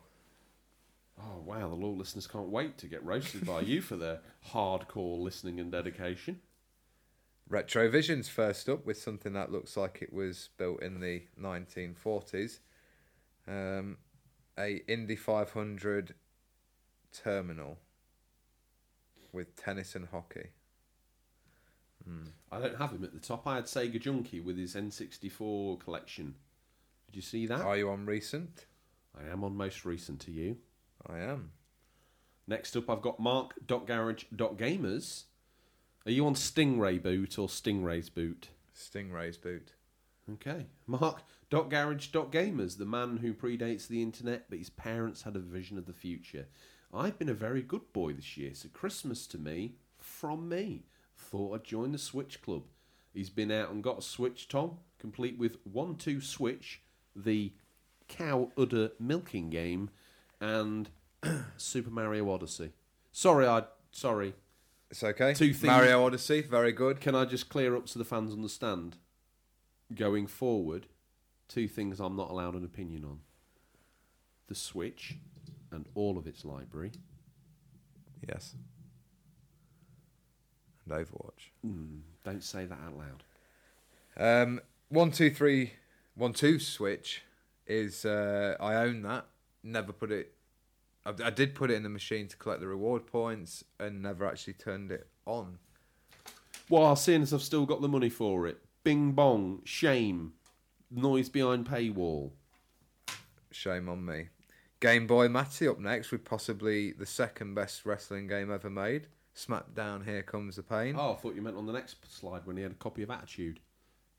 Oh, wow. The law listeners can't wait to get roasted by you for their hardcore listening and dedication.
Retrovision's first up with something that looks like it was built in the 1940s. Um, a Indy 500 terminal with tennis and hockey.
I don't have him at the top. I had Sega Junkie with his N64 collection. Did you see that?
Are you on recent?
I am on most recent to you.
I am.
Next up, I've got mark.garage.gamers. Are you on Stingray Boot or Stingray's Boot?
Stingray's boot.
Okay. Mark.garage.gamers, the man who predates the internet, but his parents had a vision of the future. I've been a very good boy this year, so Christmas to me, from me. Thought I'd join the Switch Club. He's been out and got a Switch, Tom, complete with 1 2 Switch, the cow udder milking game, and (clears throat) Super Mario Odyssey. Sorry, I. Sorry.
It's okay.
Two things-
Mario Odyssey, very good.
Can I just clear up so the fans understand? Going forward, two things I'm not allowed an opinion on: the Switch and all of its library.
Yes. And Overwatch.
Mm, don't say that out loud.
Um, one two three one two switch is uh, I own that. Never put it. I, I did put it in the machine to collect the reward points, and never actually turned it on.
Well, seeing as I've still got the money for it, Bing Bong, shame, noise behind paywall.
Shame on me. Game Boy Matty up next with possibly the second best wrestling game ever made. Smackdown, here comes the pain.
Oh, I thought you meant on the next slide when he had a copy of Attitude.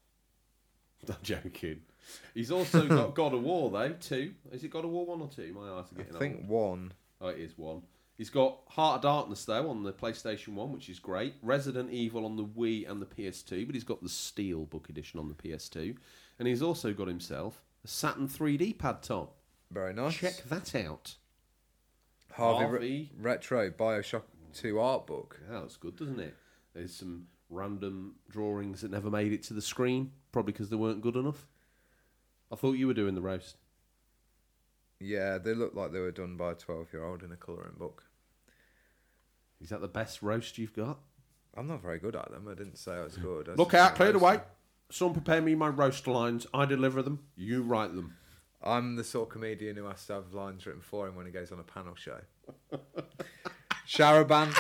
(laughs) I'm joking. He's
(laughs)
also got God of War though. Two. Is it God of War one or two? My eyes are getting
I
old.
think one.
Oh, it is one. He's got Heart of Darkness though on the PlayStation One, which is great. Resident Evil on the Wii and the PS2, but he's got the Steelbook edition on the PS2, and he's also got himself a Saturn 3D pad. Tom,
Very nice.
check that out.
Harvey,
Harvey.
Re- Retro Bioshock 2 art book.
Yeah, that's good, doesn't it? There's some random drawings that never made it to the screen, probably because they weren't good enough. I thought you were doing the roast.
Yeah, they look like they were done by a 12 year old in a colouring book.
Is that the best roast you've got?
I'm not very good at them. I didn't say I was good. I
Look
just
out, clear the
realised-
way. Someone prepare me my roast lines. I deliver them. You write them.
I'm the sort of comedian who has to have lines written for him when he goes on a
(laughs)
panel show. Sharaban.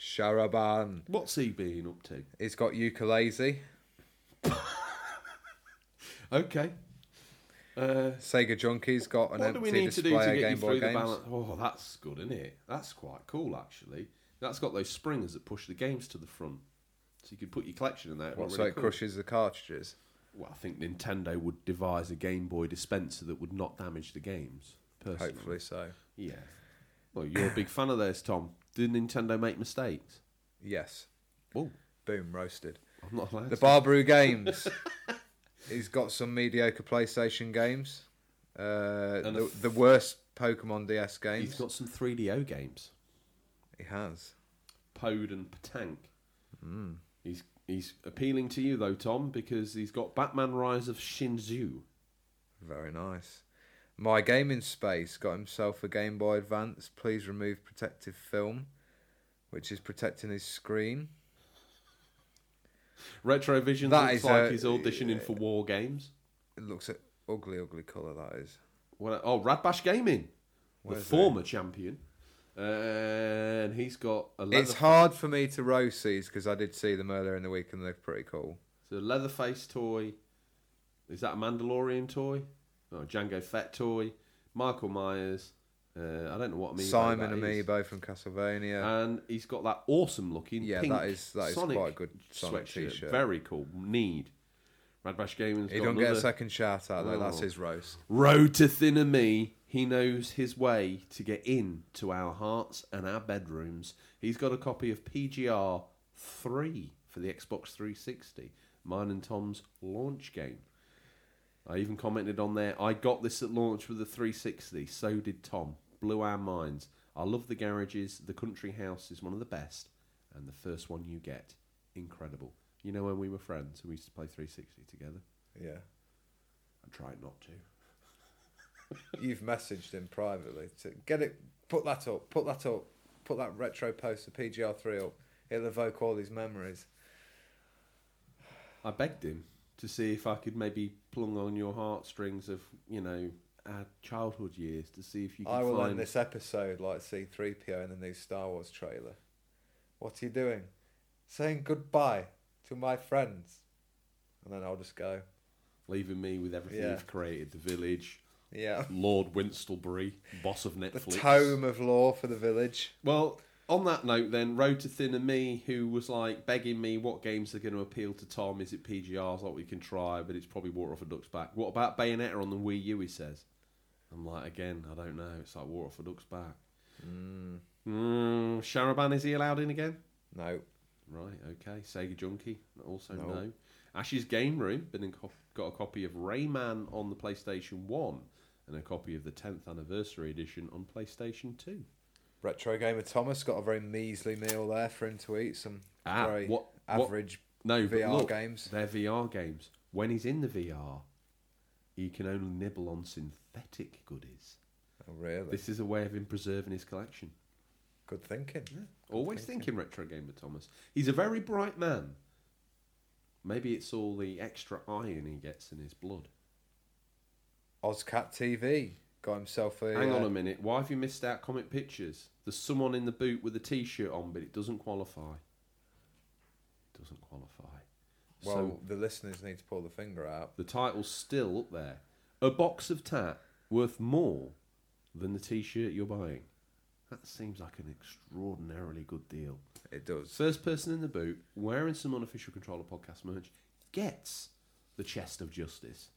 Sharaban.
What's he being up to?
He's got ukulele,
Okay. Uh,
Sega Junkie's got
what
an
do
empty
we need to do
display
to get
of
you
Game
through
Boy
the
games.
balance? Oh, that's good, isn't it? That's quite cool, actually. That's got those springers that push the games to the front, so you could put your collection in there. It'd be
What, so
really
it
cool.
crushes the cartridges?
Well, I think Nintendo would devise a Game Boy dispenser that would not damage the games. Personally.
Hopefully so.
Yeah. Well, you're a big fan of theirs, Tom. Did Nintendo make mistakes?
Yes.
Oh,
Boom, roasted.
I'm not allowed.
The
to.
Barbrew
(laughs)
Games. He's got some mediocre PlayStation games. Uh,
And
the,
a-
the worst Pokemon DS
He's
games.
got some 3DO games,
He has.
Pod and Patank.
Hmm.
He's he's appealing to you though, Tom, because he's got Batman Rise of Shinzu.
Very nice. My Gaming Space got himself a Game Boy Advance. Please remove protective film, which is protecting his screen.
Retrovision
That
looks
is
like
a-
he's auditioning for War Games.
It looks at ugly, ugly colour that is.
What, oh, Radbash Gaming, the
Where's
former champion, uh, and he's got a leather,
It's hard for me to roast these because I did see them earlier in the week and they're pretty cool.
so Leatherface toy. Is that a Mandalorian toy? Oh, Django Fett toy. Michael Myers. Uh, I don't know what amiibo
Simon
that is.
Amiibo from Castlevania.
and he's got that awesome looking
Yeah,
pink
that is- that is
Sonic
quite a good Sonic
sweatshirt.
t-shirt.
Very cool. Need. Radbash Gaming's
he
got
don't
another...
get a second shout out though. That's
Oh.
his roast.
Road to Thinner Me. He knows his way to get in to our hearts and our bedrooms. He's got a copy of PGR 3 for the Xbox 360, mine and Tom's launch game. I even commented on there, I got this at launch with the 360, so did Tom. Blew our minds. I love the garages, the country house is one of the best, and the first one you get, incredible. You know when we were friends and we used to play 360 together?
Yeah.
I tried not to.
You've messaged him privately to get it. Put that up. Put that up. Put that retro post of PGR three up. It'll evoke all these memories.
I begged him to see if I could maybe plung on your heartstrings of you know our childhood years to see if you could
I will
find
end this episode like C3PO in the new Star Wars trailer. What are you doing? Saying goodbye to my friends. And then I'll just go.
leaving me with everything
Yeah.
you've created the village,
Yeah.
(laughs) Lord Winstelbury, boss of
The
Netflix.
tome of law for the village.
Well, on that note, then Road to Thin and me, who was like begging me what games are going to appeal to Tom. Is it PGRs like we can try, but it's probably water off a duck's back. What about Bayonetta on the Wii U? He says. I'm like, again, I don't know. It's like water off a duck's back.
Hmm.
Mm, Sharaban, is he allowed in again?
No.
Right, okay. Sega Junkie, also no. Ash's Game Room, been in co- got a copy of Rayman on the PlayStation 1 and a copy of the 10th Anniversary Edition on PlayStation 2.
Retro Gamer Thomas got a very measly meal there for him to eat. Some
Ah,
very
what- what-
average
No, but
VR
look,
games.
They're VR games. When he's in the VR, he can only nibble on synthetic goodies.
Oh, really?
This is a way of him preserving his collection.
Good thinking.
Always thinking retro gamer Thomas. He's a very bright man. Maybe it's all the extra iron he gets in his blood.
Ozcat TV got himself a.
Hang on
uh,
a minute. Why have you missed out comic pictures? There's someone in the boot with a T-shirt on, but it doesn't qualify. Doesn't qualify.
Well,
so
the listeners need to pull the finger out.
the title's still up there. A box of tat worth more than the T-shirt you're buying. That seems like an extraordinarily good deal.
It does.
First person in the boot wearing some unofficial controller podcast merch gets the chest of justice.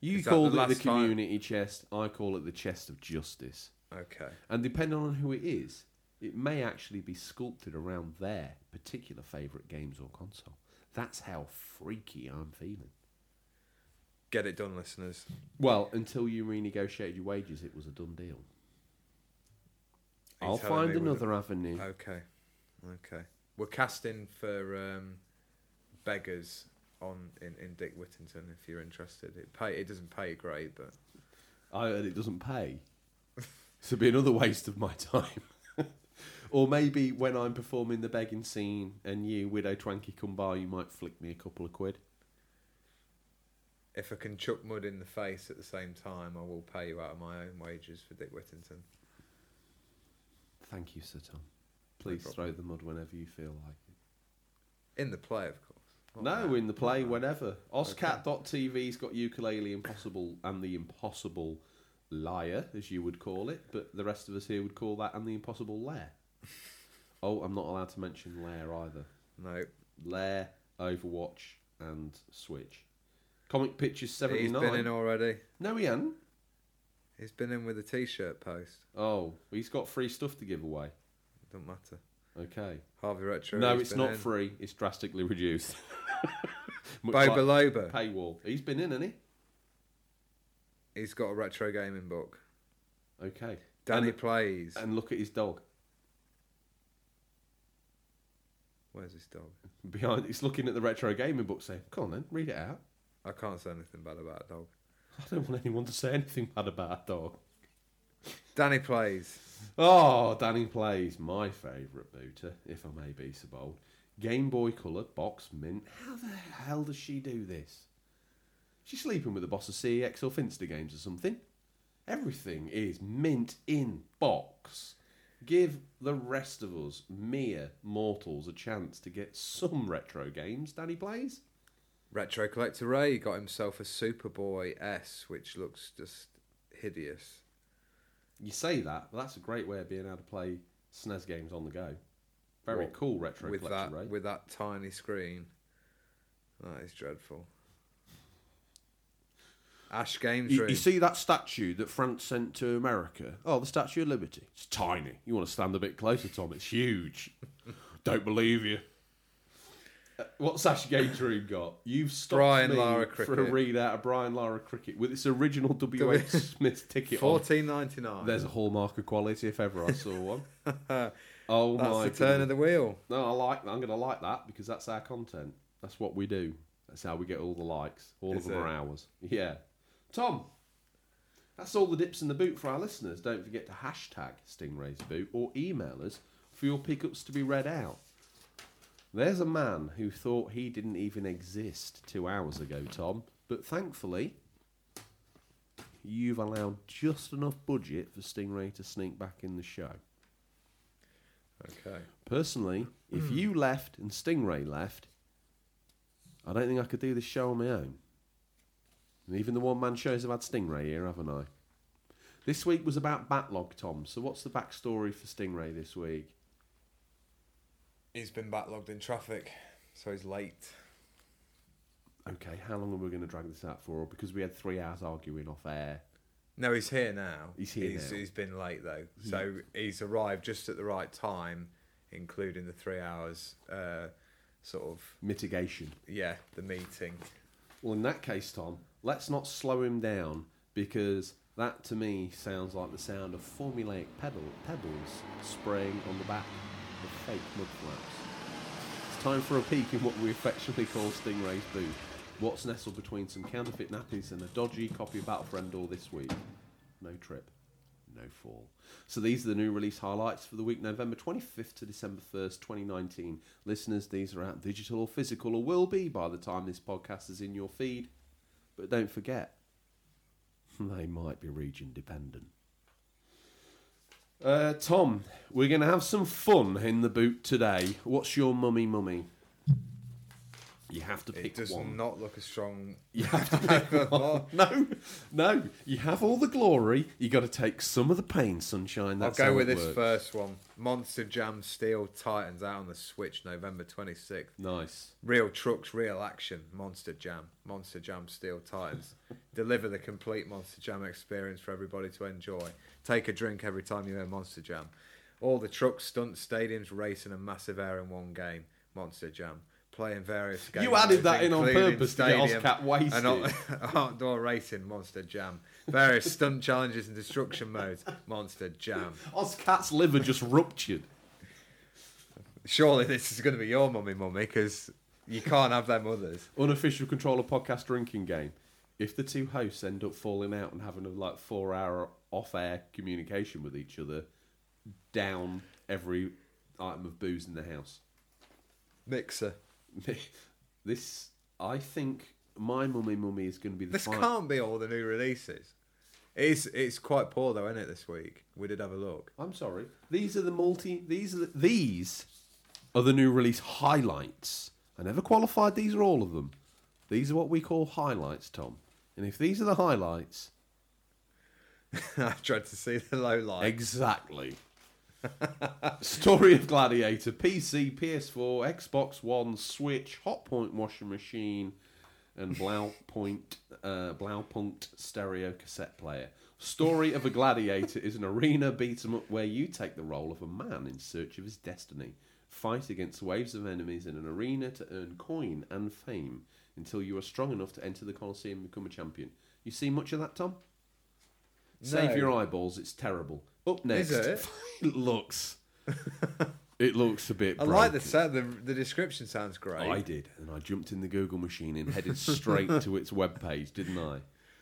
You
Is that
call
the
it the
last time?
community chest. I call it the chest of justice.
Okay.
And depending on who it is, it may actually be sculpted around their particular favourite games or console. That's how freaky I'm feeling.
Get it done, listeners.
Well, until you renegotiated your wages, it was a done deal.
Are you
I'll
telling
find
me we're
another avenue.
Okay. Okay. We're casting for um, beggars on in, in Dick Whittington if you're interested. It pay it doesn't pay great, but
I heard it doesn't pay. so it'd be another waste of my (laughs) time. or maybe when I'm performing the begging scene and you, Widow Twanky, come by, you might flick me a couple of quid.
if I can chuck mud in the face at the same time, I will pay you out of my own wages for Dick Whittington.
Thank you, Sir Tom. Please
problem.
throw the mud whenever you feel like it.
In the play, of course. Not
no,
now.
in the play, whenever. Oscat.tv's got Ukulele Impossible and the Impossible Liar, as you would call it, but the rest of us here would call that and the Impossible Lair. (laughs) oh, I'm not allowed to mention Lair either.
No.
Lair, Overwatch, and Switch. Comic Pictures
He's been
79.
in already.
no, he hasn't.
He's been in with a t shirt post.
Oh, he's got free stuff to give away.
Don't matter.
Okay.
Harvey Retro.
no,
he's
it's
been
not
in.
free. It's drastically reduced. (laughs) Much
Boba
like
Loba.
paywall. He's been in, hasn't he?
He's got a retro gaming book.
Okay.
Danny
And-
plays.
and look at his dog.
Where's his dog?
behind it's looking at the retro gaming book saying, Come on then, read it out.
I can't say anything bad about a dog.
I don't want anyone to say anything bad about a dog.
Danny plays.
Oh, Danny plays my favourite booter, if I may be so bold. Game Boy Colour, box, mint. How the hell does she do this? She's sleeping with the boss of CEX or Finster games or something. Everything is mint in box. Give the rest of us, mere mortals, a chance to get some retro games Danny plays.
Retro Collector Ray got himself a Superboy S, which looks just hideous.
You say that, but that's a great way of being able to play SNES games on the go. Very
What-
cool retro
with
collection,
that
right?
with that tiny screen. That is dreadful. Ash Games
You,
Room.
you see that statue that France sent to America? Oh, the Statue of Liberty. It's tiny. You want to stand a bit closer, Tom? It's huge. (laughs) Don't believe you. Uh, what's Ash Games Room got? You've stopped
Brian
me
Lara
for a
Cricket.
readout of Brian Lara Cricket with its
(laughs)
original W. H. Smith ticket on.
Fourteen ninety nine.
oh. There's a hallmark of quality if ever I saw
(laughs)
one. oh
That's
my!
the turn
goodness.
of the wheel.
No, I like. I'm going to like that because that's our content. That's what we do. That's how we get all the likes. All
Is
of them are
it?
ours. Yeah. Tom, that's all the dips in the boot for our listeners. Don't forget to hashtag Stingray's Boot or email us for your pickups to be read out. There's a man who thought he didn't even exist two hours ago, Tom, but thankfully you've allowed just enough budget for Stingray to sneak back in the show.
Okay.
Personally, if you left and Stingray left, I don't think I could do this show on my own. And even the one man shows have had Stingray here, haven't I? This week was about backlog, Tom. So what's the backstory for Stingray this week?
He's been backlogged in traffic, so he's late.
Okay, how long are we going to drag this out for? Because we had three hours arguing off air.
No, he's here now.
He's here
he's,
now.
He's been late though, so he's arrived just at the right time, including the three hours. Uh, sort of
Mitigation.
yeah, the meeting.
Well, in that case, Tom, let's not slow him down because that to me sounds like the sound of formulaic pedal, pebbles spraying on the back of fake mud flaps. It's time for a peek in what we affectionately call Stingray's boot. What's nestled between some counterfeit nappies and a dodgy copy of Battle for Endor this week? No trip, no fall. So these are the new release highlights for the week November 25th to December 1st, 2019. Listeners, these are out digital or physical or will be by the time this podcast is in your feed. But don't forget, (laughs) they might be region dependent. Uh, Tom, we're going to have some fun in the boot today. What's your mummy mummy? You have to
It
pick
does
one.
not look as strong.
You have to pick one. (laughs) No, no. You have all the glory. You got to take some of the pain, sunshine. That's
I'll
how
go with
it
this
works.
first one. Monster Jam Steel Titans out on the Switch November 26th.
Nice.
Real trucks, real action. Monster Jam. Monster Jam Steel
(laughs)
Titans. Deliver the complete Monster Jam experience for everybody to enjoy. Take a drink every time you hear Monster Jam. All the trucks, stunts, stadiums, racing, and massive air in one game. Monster Jam. Playing various games.
added that in on purpose to get Oscar wasted.
And o- (laughs) outdoor racing, Monster Jam. Various stunt challenges and destruction modes, Monster Jam.
Oscat's liver just ruptured.
Surely this is going to be your mummy, mummy, because you can't have them others.
Unofficial controller podcast drinking game. If the two hosts end up falling out and having a like four hour off air communication with each other, down every item of booze in the house. (laughs)
Mixer.
this, I think, my mummy mummy is going to be the
This
final.
can't be all the new releases. It's it's quite poor though, isn't it? This week we did have a look. (laughs)
I'm sorry. These are the multi. These are the, these are the new release highlights. I never qualified. These are all of them. These are what we call highlights, Tom. And if these are the highlights,
I tried to see the low light.
exactly. (laughs) Story of Gladiator, PC, PS4, Xbox One, Switch, Hot Point washing machine, and Blaupunkt, uh, Blaupunkt stereo cassette player. Story of a Gladiator is an arena beat 'em up where you take the role of a man in search of his destiny. Fight against waves of enemies in an arena to earn coin and fame until you are strong enough to enter the Colosseum and become a champion. You see much of that, Tom? Save
No.
your eyeballs, it's terrible. Up next,
it?
(laughs) it looks. It looks a bit.
I like the
broken.
sound. The, the description sounds great.
I did, and I jumped in the Google machine and headed
(laughs)
straight to its web page, didn't I?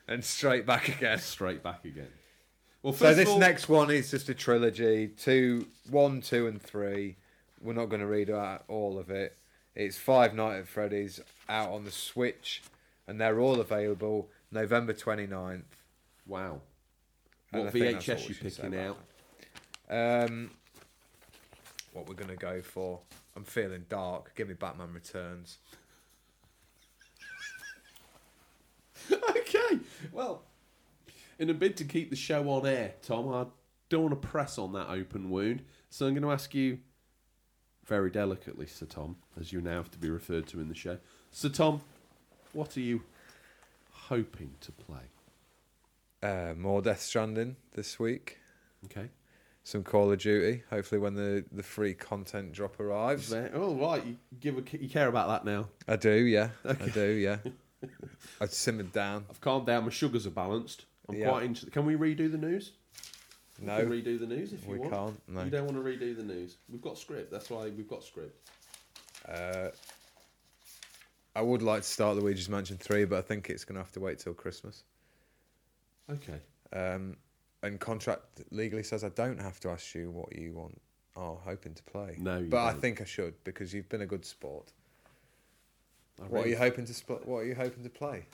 And straight back
(laughs)
again.
Straight back again. Well,
So
first
this
of all,
next one is just a trilogy. Two, one, two, and three. We're not going to read out all of it. It's Five Night at Freddy's out on the Switch, and they're all available November 29th.
wow,
And
what
I think that's
VHS
all
you
we should say
picking
about
out?
Um, what we're gonna go for? I'm feeling dark. Give me Batman Returns.
(laughs) okay, well, in a bid to keep the show on air, Tom, I don't want to press on that open wound, so I'm going to ask you very delicately, Sir Tom, as you now have to be referred to in the show. Sir Tom, what are you hoping to play?
Uh, more Death Stranding this week.
Okay.
Some Call of Duty. Hopefully, when the the free content drop arrives,
There. Oh right, you give a, you care about that now.
I do. Yeah, I do.
(laughs)
Yeah, I simmered down.
I've calmed down. My sugars are balanced. I'm
Yeah.
quite into. Can we redo the news?
No.
We can redo the news if you
We
want.
can't, no.
You don't want to redo the news. We've got script. That's why we've got script.
I would like to start Luigi's Mansion three, but I think it's gonna have to wait till Christmas.
Okay.
Um, and contract legally says I don't have to ask you what you want are hoping to play.
No, you
but I
don't.
think I should because you've been a good sport.
I
What are
read-
you hoping to spl- What are you hoping to play?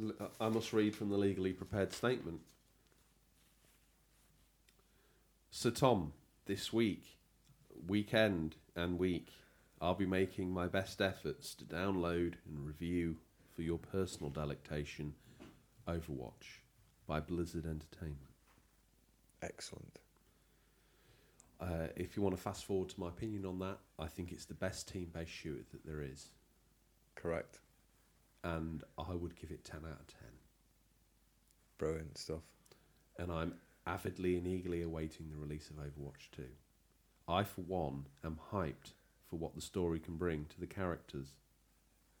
L- I must read from the legally prepared statement. Sir Tom, this week, weekend, and week, I'll be making my best efforts to download and review for your personal delectation Overwatch by Blizzard Entertainment.
Excellent.
Uh, if you want to fast forward to my opinion on that, I think it's the best team based shooter that there is,
Correct.
and I would give it 10 out of 10.
Brilliant stuff.
and I'm avidly and eagerly awaiting the release of Overwatch 2. I, for one, am hyped for what the story can bring to the characters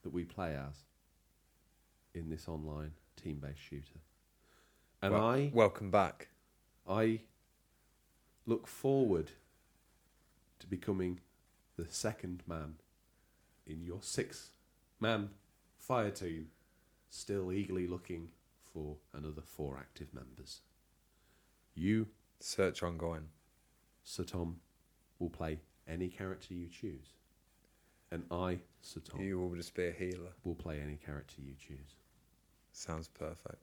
that we play as in this online team based shooter. And
Wel-
I,
welcome back.
I look forward to becoming the second man in your six man fire team, still eagerly looking for another four active members. You,
Search ongoing.
Sir Tom, will play any character you choose, and I, Sir Tom,
You will just be a healer.
will play any character you choose.
Sounds perfect.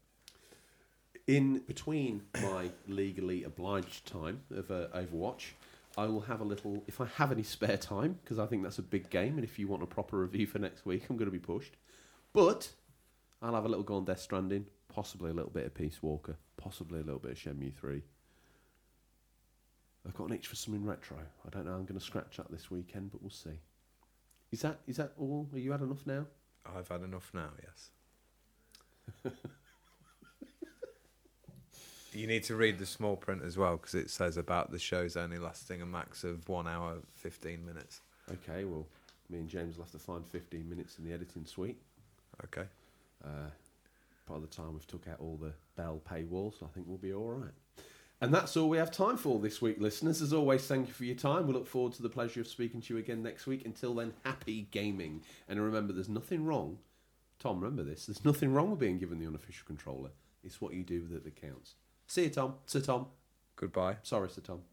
in between my legally obliged time of uh, Overwatch, I will have a little, if I have any spare time, because I think that's a big game. And if you want a proper review for next week, I'm going to be pushed. But I'll have a little go on Death Stranding, possibly a little bit of Peace Walker, possibly a little bit of Shenmue 3. I've got an itch for something retro. I don't know. I'm going to scratch that this weekend, but we'll see. Is that is that all? Are you had enough now?
I've had enough now, yes. (laughs) you need to read the small print as well because it says about the show's only lasting a max of one hour, 15 minutes.
Okay, well, me and James will have to find 15 minutes in the editing suite.
Okay.
Uh, by the time we've took out all the bell paywalls, I think we'll be all right. And that's all we have time for this week, listeners. As always, thank you for your time. We look forward to the pleasure of speaking to you again next week. Until then, happy gaming. And remember, there's nothing wrong. Tom, remember this. There's nothing wrong with being given the unofficial controller. It's what you do with it that counts. See you, Tom. Sir Tom.
Goodbye.
Sorry, Sir Tom.